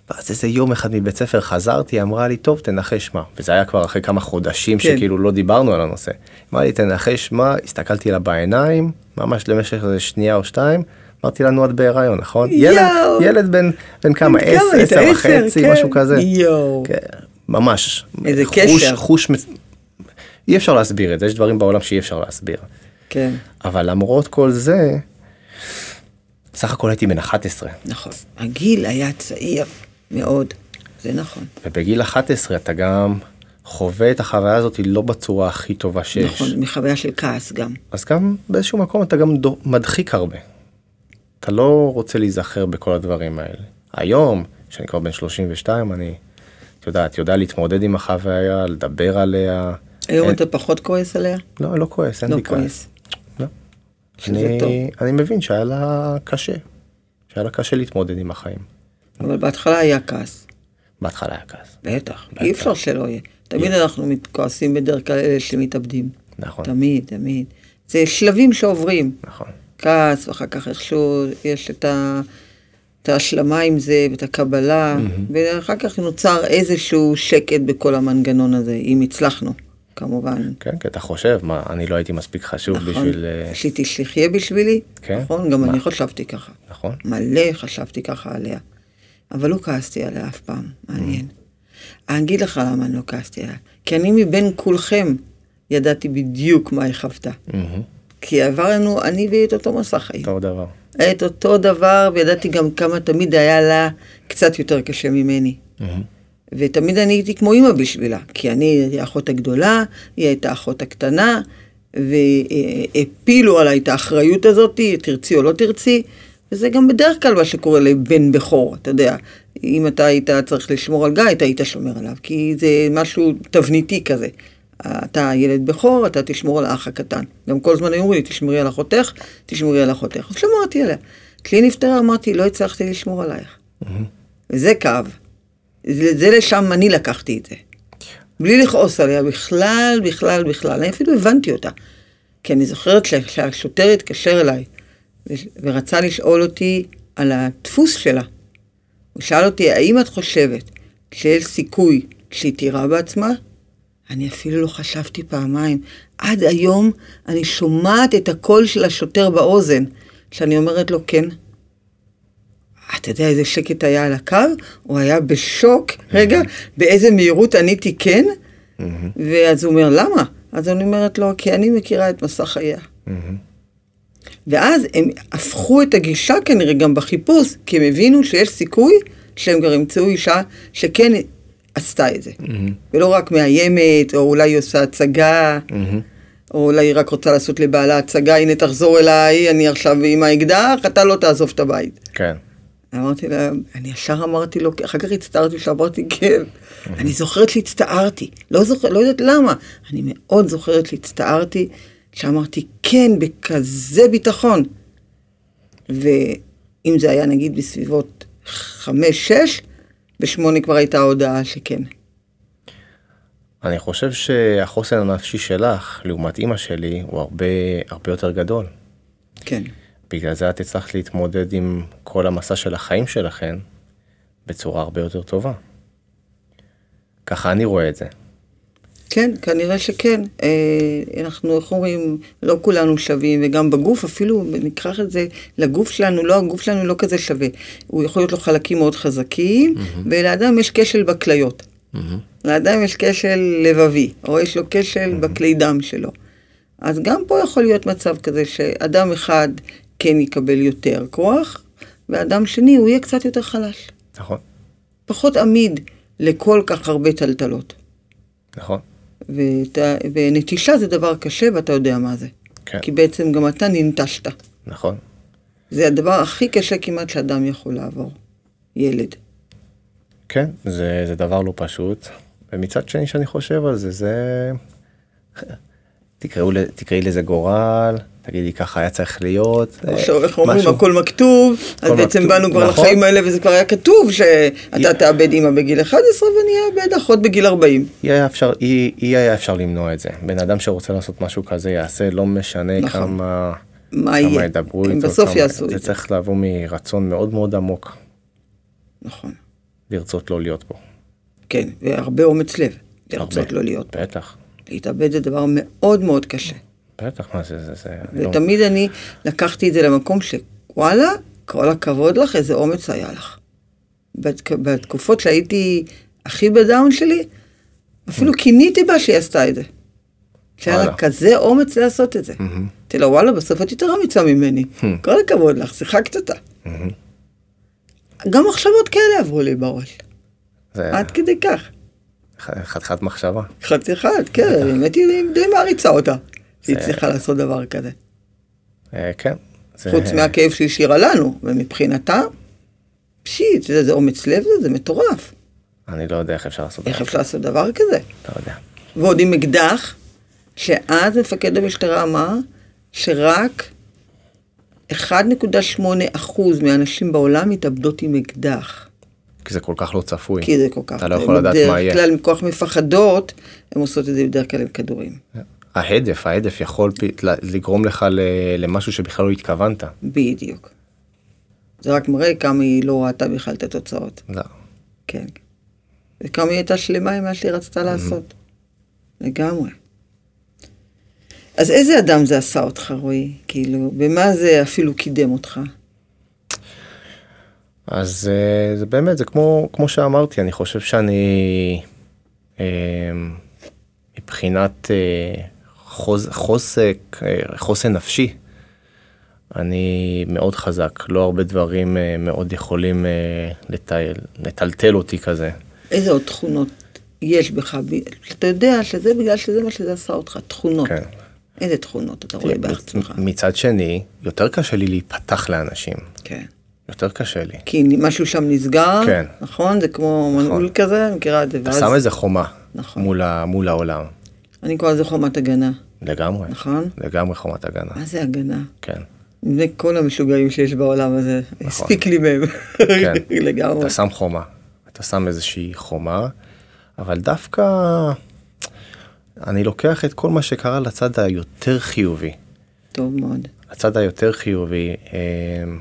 Speaker 3: ואז איזה יום אחד מבית ספר חזרתי, היא אמרה לי, טוב, תנחש מה. וזה היה כבר אחרי כמה חודשים
Speaker 2: כן.
Speaker 3: שכאילו לא דיברנו על הנושא. אמרה לי, תנחש מה, הסתכלתי לה בעיניים, ממש למשך איזה שנייה או שתיים. אמרתי לנו את בהיריון נכון? ילד,
Speaker 2: יואו.
Speaker 3: ילד בן, בן
Speaker 2: בן כמה?
Speaker 3: כמה? עשר, עשר
Speaker 2: היית עשר,
Speaker 3: וחצי,
Speaker 2: כן.
Speaker 3: משהו כזה.
Speaker 2: יואו.
Speaker 3: כן, ממש.
Speaker 2: איזה
Speaker 3: חוש,
Speaker 2: קשר.
Speaker 3: חוש, מצ- אי אפשר להסביר את זה, יש דברים בעולם שאי אפשר להסביר.
Speaker 2: כן,
Speaker 3: אבל למרות כל זה, סך הכל הייתי בן 11,
Speaker 2: נכון. הגיל היה צעיר מאוד, זה נכון.
Speaker 3: ובגיל 11 אתה גם חווה את החוויה הזאת לא בצורה הכי טובה שיש.
Speaker 2: נכון, מחוויה של כעס גם.
Speaker 3: אז גם באיזשהו מקום אתה גם דו, מדחיק הרבה. אתה לא רוצה להיזכר בכל הדברים האלה. היום, שאני כבר בן 32, אני, את יודעת, יודע להתמודד עם החוויה, לדבר עליה.
Speaker 2: היום
Speaker 3: אין-
Speaker 2: אתה פחות כועס עליה?
Speaker 3: לא, לא כועס, אין
Speaker 2: לא
Speaker 3: לי כועס.
Speaker 2: כועס.
Speaker 3: לא.
Speaker 2: שזה טוב.
Speaker 3: אני, אני מבין שהיה לה קשה. שהיה לה קשה להתמודד עם החיים.
Speaker 2: אבל בהתחלה היה כעס.
Speaker 3: בהתחלה היה כעס,
Speaker 2: בטח, אי אפשר שלא יהיה. תמיד אנחנו מת- כועסים בדרך כלל אלה שמתאבדים.
Speaker 3: נכון,
Speaker 2: תמיד, תמיד. זה שלבים שעוברים.
Speaker 3: נכון,
Speaker 2: כעס, ואחר כך איכשהו יש את, ה, את ההשלמה עם זה, ואת הקבלה, mm-hmm. ואחר כך נוצר איזשהו שקט בכל המנגנון הזה, אם הצלחנו, כמובן.
Speaker 3: כן, כי אתה חושב, מה, אני לא הייתי מספיק חשוב
Speaker 2: נכון?
Speaker 3: בשביל... אה,
Speaker 2: שהיא תחיה בשבילי,
Speaker 3: כן.
Speaker 2: נכון? גם
Speaker 3: מה?
Speaker 2: אני חשבתי ככה.
Speaker 3: נכון,
Speaker 2: מלא חשבתי ככה עליה. אבל לא כעסתי עליה אף פעם, מעניין. אני אגיד לך למה אני לא כעסתי עליה. כי אני מבין כולכם ידעתי בדיוק מה היא חוותה.
Speaker 3: מהמם,
Speaker 2: כי עברנו, אני והיא את אותו מסע חיים.
Speaker 3: אותו דבר,
Speaker 2: את אותו דבר, וידעתי גם כמה תמיד היה לה קצת יותר קשה ממני.
Speaker 3: מהמם,
Speaker 2: ותמיד אני הייתי כמו אימא בשבילה, כי אני הייתי האחות הגדולה, היא הייתה האחות הקטנה, והפילו עליי את האחריות הזאת, תרצי או לא תרצי, וזה גם בדרך כלל מה שקורה לבן בכור, אתה יודע. אם אתה היית צריך לשמור על גיא, אתה היית שומר עליו, כי זה משהו תבניתי כזה. אתה ילד בכור, אתה תשמור על האח הקטן. גם כל הזמן היו אומרים לי, תשמרי על אחותך, תשמרי על אחותך. אז שמרתי עליה. כשהיא נפטרה אמרתי, לא הצלחתי לשמור עלייך. וזה כאב. זה, זה לשם אני לקחתי את זה. בלי לכעוס עליה בכלל, בכלל, בכלל. אני אפילו הבנתי אותה. כי אני זוכרת שה- שהשוטר התקשר אליי ו- ורצה לשאול אותי על הדפוס שלה. הוא שאל אותי, האם את חושבת שיש סיכוי שהיא תירה בעצמה? אני אפילו לא חשבתי פעמיים. עד היום אני שומעת את הקול של השוטר באוזן, כשאני אומרת לו כן. אתה יודע איזה שקט היה על הקו? הוא היה בשוק, רגע, באיזה מהירות עניתי כן? ואז הוא אומר, למה? אז אני אומרת לו, כי אני מכירה את מסע חייה. ואז הם הפכו את הגישה כנראה גם בחיפוש, כי הם הבינו שיש סיכוי שהם כבר ימצאו אישה שכן עשתה את זה. ולא רק מאיימת, או אולי היא עושה הצגה, או אולי היא רק רוצה לעשות לבעלה הצגה, הנה תחזור אליי, אני עכשיו עם האקדח, אתה לא תעזוב את הבית.
Speaker 3: כן,
Speaker 2: אמרתי לה, אני ישר אמרתי לו, אחר כך הצטערתי שאמרתי כן. אני זוכרת שהצטערתי, לא זוכרת, לא יודעת למה. אני מאוד זוכרת שהצטערתי, שאמרתי כן, בכזה ביטחון. ואם זה היה נגיד בסביבות חמש, שש, בשמונה כבר הייתה ההודעה שכן.
Speaker 3: אני חושב שהחוסן הנפשי שלך, לעומת אימא שלי, הוא הרבה, הרבה יותר גדול.
Speaker 2: כן.
Speaker 3: בגלל זה את הצלחת להתמודד עם כל המסע של החיים שלכן בצורה הרבה יותר טובה. ככה אני רואה את זה.
Speaker 2: כן, כנראה שכן. אה, אנחנו, איך אומרים, לא כולנו שווים, וגם בגוף, אפילו ניקח את זה לגוף שלנו, לא, הגוף שלנו לא כזה שווה. הוא יכול להיות לו חלקים מאוד חזקים, ולאדם יש כשל בכליות. לאדם יש כשל לבבי, או יש לו כשל בכלי דם שלו. אז גם פה יכול להיות מצב כזה שאדם אחד כן יקבל יותר כוח, ואדם שני הוא יהיה קצת יותר חלש.
Speaker 3: נכון,
Speaker 2: פחות עמיד לכל כך הרבה טלטלות.
Speaker 3: נכון,
Speaker 2: ואת ה- ונטישה זה דבר קשה ואתה יודע מה זה.
Speaker 3: כן.
Speaker 2: כי בעצם גם אתה ננטשת.
Speaker 3: נכון.
Speaker 2: זה הדבר הכי קשה כמעט שאדם יכול לעבור. ילד.
Speaker 3: כן, זה, זה דבר לא פשוט. ומצד שני, שאני חושב על זה, זה... תקראו, ל- תקראי לזה גורל, תגידי ככה היה צריך להיות. אה,
Speaker 2: עכשיו איך אומרים
Speaker 3: משהו.
Speaker 2: הכל מכתוב, אז
Speaker 3: הכל
Speaker 2: בעצם
Speaker 3: מכתוב,
Speaker 2: באנו כבר
Speaker 3: נכון.
Speaker 2: לחיים האלה וזה כבר היה כתוב שאתה
Speaker 3: היא-
Speaker 2: תאבד אימא בגיל 11 ואני אאבד אחות בגיל 40.
Speaker 3: היא היה אפשר, היא, היא היה אפשר למנוע את זה. בן אדם שרוצה לעשות משהו כזה יעשה, לא משנה
Speaker 2: נכון.
Speaker 3: כמה,
Speaker 2: מה
Speaker 3: כמה
Speaker 2: יהיה?
Speaker 3: ידברו
Speaker 2: הם
Speaker 3: איתו.
Speaker 2: בסוף
Speaker 3: כמה-
Speaker 2: יעשו את
Speaker 3: זה.
Speaker 2: זה.
Speaker 3: זה צריך לבוא מרצון מאוד מאוד עמוק
Speaker 2: נכון,
Speaker 3: לרצות לא להיות פה.
Speaker 2: כן, והרבה אומץ לב, לרצות
Speaker 3: הרבה.
Speaker 2: לא להיות.
Speaker 3: בטח,
Speaker 2: להתאבד זה דבר מאוד מאוד קשה.
Speaker 3: בטח, מה זה, זה, זה, אני לא-
Speaker 2: ותמיד אני לקחתי את זה למקום שוואלה, כל הכבוד לך, איזה אומץ היה לך. בת, בתקופות שהייתי הכי בדאון שלי, אפילו קיניתי בה שהיא עשתה את זה. שהיה לה
Speaker 3: Mm. וואלה. Mm-hmm.
Speaker 2: כזה אומץ לעשות את זה. אמרתי לה, וואלה, בסוף את יותר אמיצה ממני.
Speaker 3: Mm.
Speaker 2: כל הכבוד לך, שיחקת אותה.
Speaker 3: Mm-hmm.
Speaker 2: גם מחשבות כאלה עברו לי בראש,
Speaker 3: לא- זה
Speaker 2: עד כדי כך.
Speaker 3: ח- חתיכת מחשבה.
Speaker 2: חצי חד, כן, באמת היא די מעריצה אותה. שהיא
Speaker 3: זה-
Speaker 2: צריכה לעשות דבר כזה.
Speaker 3: אה, כן. זה-
Speaker 2: חוץ מהכאב שהיא השאירה לנו, ומבחינתה, פשיט, זה, זה אומץ לב, זה, זה מטורף.
Speaker 3: אני לא יודע איך אפשר לעשות את
Speaker 2: איך
Speaker 3: זה.
Speaker 2: אפשר לעשות דבר כזה?
Speaker 3: לא יודע.
Speaker 2: ועוד עם אקדח, שאז מפקד המשטרה אמר שרק 1.8% מהנשים בעולם מתאבדות עם אקדח.
Speaker 3: כי זה כל כך לא צפוי.
Speaker 2: כי זה כל כך...
Speaker 3: אתה לא
Speaker 2: הן
Speaker 3: יכול לדעת מה יהיה.
Speaker 2: בדרך כלל מכוח מפחדות, הן עושות את זה בדרך כלל עם כדורים.
Speaker 3: ההדף, ההדף יכול פ- ל- לגרום לך ל- למשהו שבכלל לא התכוונת.
Speaker 2: בדיוק. זה רק מראה כמה היא לא ראתה בכלל את התוצאות.
Speaker 3: לא.
Speaker 2: כן. וכמה היא הייתה שלמה עם מה שהיא רצתה לעשות. לגמרי. אז איזה אדם זה עשה אותך, רועי? כאילו, במה זה אפילו קידם אותך?
Speaker 3: אז אה, זה באמת, זה כמו, כמו שאמרתי, אני חושב שאני אה, מבחינת אה, חוז, חוסק, אה, חוסן נפשי, אני מאוד חזק, לא הרבה דברים אה, מאוד יכולים אה, לטייל, לטלטל אותי כזה.
Speaker 2: איזה עוד תכונות יש בך? ב- אתה יודע שזה בגלל שזה מה שזה עשה אותך, תכונות.
Speaker 3: כן.
Speaker 2: איזה תכונות אתה רואה בעצמך?
Speaker 3: מצד שני, יותר קשה לי להיפתח לאנשים,
Speaker 2: כן.
Speaker 3: יותר קשה לי.
Speaker 2: כי משהו שם נסגר,
Speaker 3: כן.
Speaker 2: נכון? זה כמו מנעול כזה, אני מכירה את זה.
Speaker 3: אתה
Speaker 2: ואז-
Speaker 3: שם איזה חומה
Speaker 2: נכון.
Speaker 3: מול, ה, מול העולם,
Speaker 2: אני קוראה לזה חומת הגנה.
Speaker 3: לגמרי,
Speaker 2: נכון.
Speaker 3: לגמרי חומת הגנה,
Speaker 2: מה זה הגנה?
Speaker 3: כן.
Speaker 2: מפני כל המשוגעים שיש בעולם הזה, הספיק לי מהם,
Speaker 3: כן.
Speaker 2: לגמרי.
Speaker 3: אתה שם חומה, אתה שם איזושהי חומה, אבל דווקא אני לוקח את כל מה שקרה לצד היותר חיובי.
Speaker 2: טוב מאוד,
Speaker 3: הצד היותר חיובי, אמ,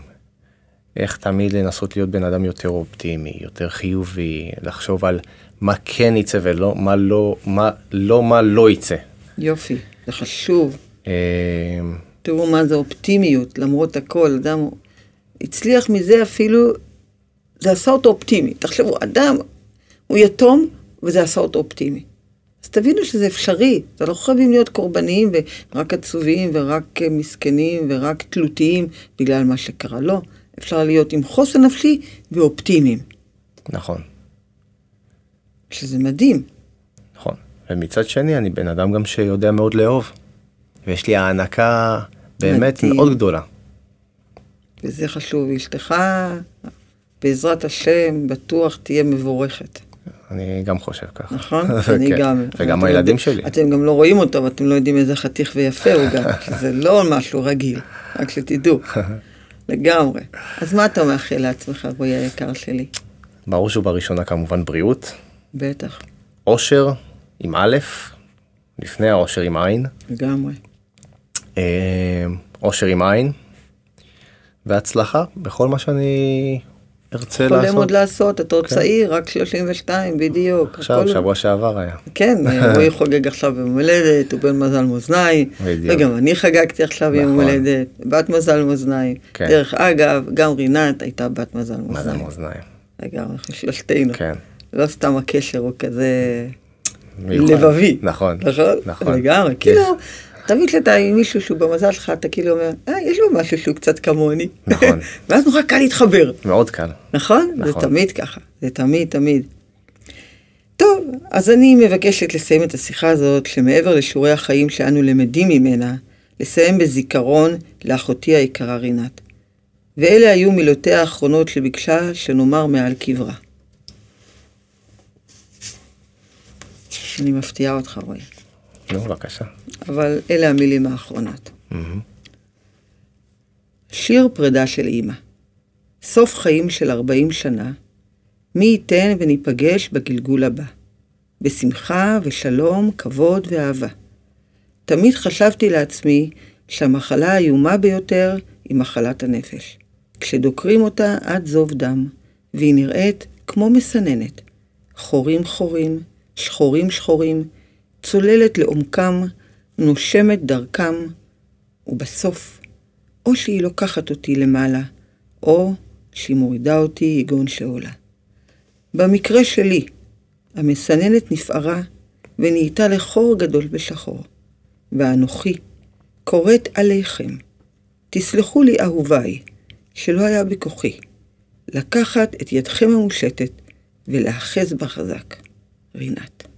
Speaker 3: איך תמיד לנסות להיות בן אדם יותר אופטימי, יותר חיובי, לחשוב על מה כן יצא ולא מה לא, מה לא, מה לא יצא.
Speaker 2: יופי, זה חשוב.
Speaker 3: אמ,
Speaker 2: תראו מה זה אופטימיות, למרות הכל, אדם הצליח מזה אפילו, זה עשה אותו אופטימי. תחשבו, אדם הוא יתום וזה עשה אותו אופטימי. אז תבינו שזה אפשרי, זה לא חייבים להיות קורבניים ורק עצובים ורק אה, מסכנים ורק תלותיים בגלל מה שקרה. לא, אפשר להיות עם חוסן נפשי ואופטימיים,
Speaker 3: נכון,
Speaker 2: שזה מדהים.
Speaker 3: נכון. ומצד שני, אני בן אדם גם שיודע מאוד לאהוב, ויש לי הענקה באמת
Speaker 2: מדהים.
Speaker 3: מאוד גדולה.
Speaker 2: וזה חשוב. אשתך, בעזרת השם, בטוח תהיה מבורכת,
Speaker 3: אני גם חושב ככה.
Speaker 2: נכון? אני
Speaker 3: כן.
Speaker 2: גם.
Speaker 3: וגם
Speaker 2: אתם
Speaker 3: הילדים
Speaker 2: יודעים-
Speaker 3: שלי.
Speaker 2: אתם גם לא רואים אותו, ואתם לא יודעים איזה חתיך ויפה הוא גם, שזה לא משהו רגיל, רק שתדעו. לגמרי. אז מה אתה מאחל לעצמך, רועי היקר שלי?
Speaker 3: ברור שבראשונה כמובן בריאות,
Speaker 2: בטח,
Speaker 3: אושר עם א', לפני האושר עם עין,
Speaker 2: לגמרי.
Speaker 3: אה, אושר עם עין, והצלחה בכל מה שאני ארצה
Speaker 2: חולם
Speaker 3: לעשות. כן.
Speaker 2: עוד לעשות, אתה עוד צעיר, רק 32, בדיוק.
Speaker 3: עכשיו,
Speaker 2: הכל-
Speaker 3: שבוע שעבר היה.
Speaker 2: כן, רועי חוגג עכשיו יום הולדת, הוא בן מזל מאזניים,
Speaker 3: בדיוק.
Speaker 2: וגם אני חגגתי עכשיו יום
Speaker 3: נכון.
Speaker 2: הולדת, בת מזל מאזניים.
Speaker 3: כן.
Speaker 2: דרך אגב, גם רינת הייתה בת מזל
Speaker 3: מה זה
Speaker 2: מאזניים.
Speaker 3: מאזניים?
Speaker 2: לגמרי, אנחנו שלושתנו.
Speaker 3: כן.
Speaker 2: לא סתם הקשר הוא כזה
Speaker 3: מיוחד.
Speaker 2: לבבי.
Speaker 3: נכון.
Speaker 2: נכון?
Speaker 3: נכון.
Speaker 2: לגמרי.
Speaker 3: יש.
Speaker 2: כאילו, תמיד שאתה עם מישהו שהוא במזל שלך, אתה כאילו אומר, אה, יש לו משהו שהוא קצת כמוני.
Speaker 3: נכון.
Speaker 2: ואז נורא קל להתחבר.
Speaker 3: מאוד קל.
Speaker 2: נכון? זה
Speaker 3: נכון.
Speaker 2: תמיד ככה, זה תמיד תמיד. טוב, אז אני מבקשת לסיים את השיחה הזאת, שמעבר לשיעורי החיים שאנו למדים ממנה, לסיים בזיכרון לאחותי היקרה רינת. ואלה היו מילותיה האחרונות שביקשה שנאמר מעל קברה. אני מפתיעה אותך, רועי,
Speaker 3: נו, בבקשה.
Speaker 2: אבל אלה המילים האחרונות. שיר פרידה של אימא. סוף חיים של 40 שנה, מי ייתן וניפגש בגלגול הבא. בשמחה ושלום, כבוד ואהבה. תמיד חשבתי לעצמי שהמחלה האיומה ביותר היא מחלת הנפש. כשדוקרים אותה עד זוב דם, והיא נראית כמו מסננת. חורים חורים, שחורים שחורים, צוללת לעומקם, נושמת דרכם, ובסוף, או שהיא לוקחת אותי למעלה, או שהיא מורידה אותי יגון שאולה. במקרה שלי, המסננת נפערה ונהייתה לחור גדול ושחור. ואנוכי קוראת עליכם, תסלחו לי אהוביי, שלא היה בכוחי, לקחת את ידכם המושטת ולהאחז בחזק. רינת.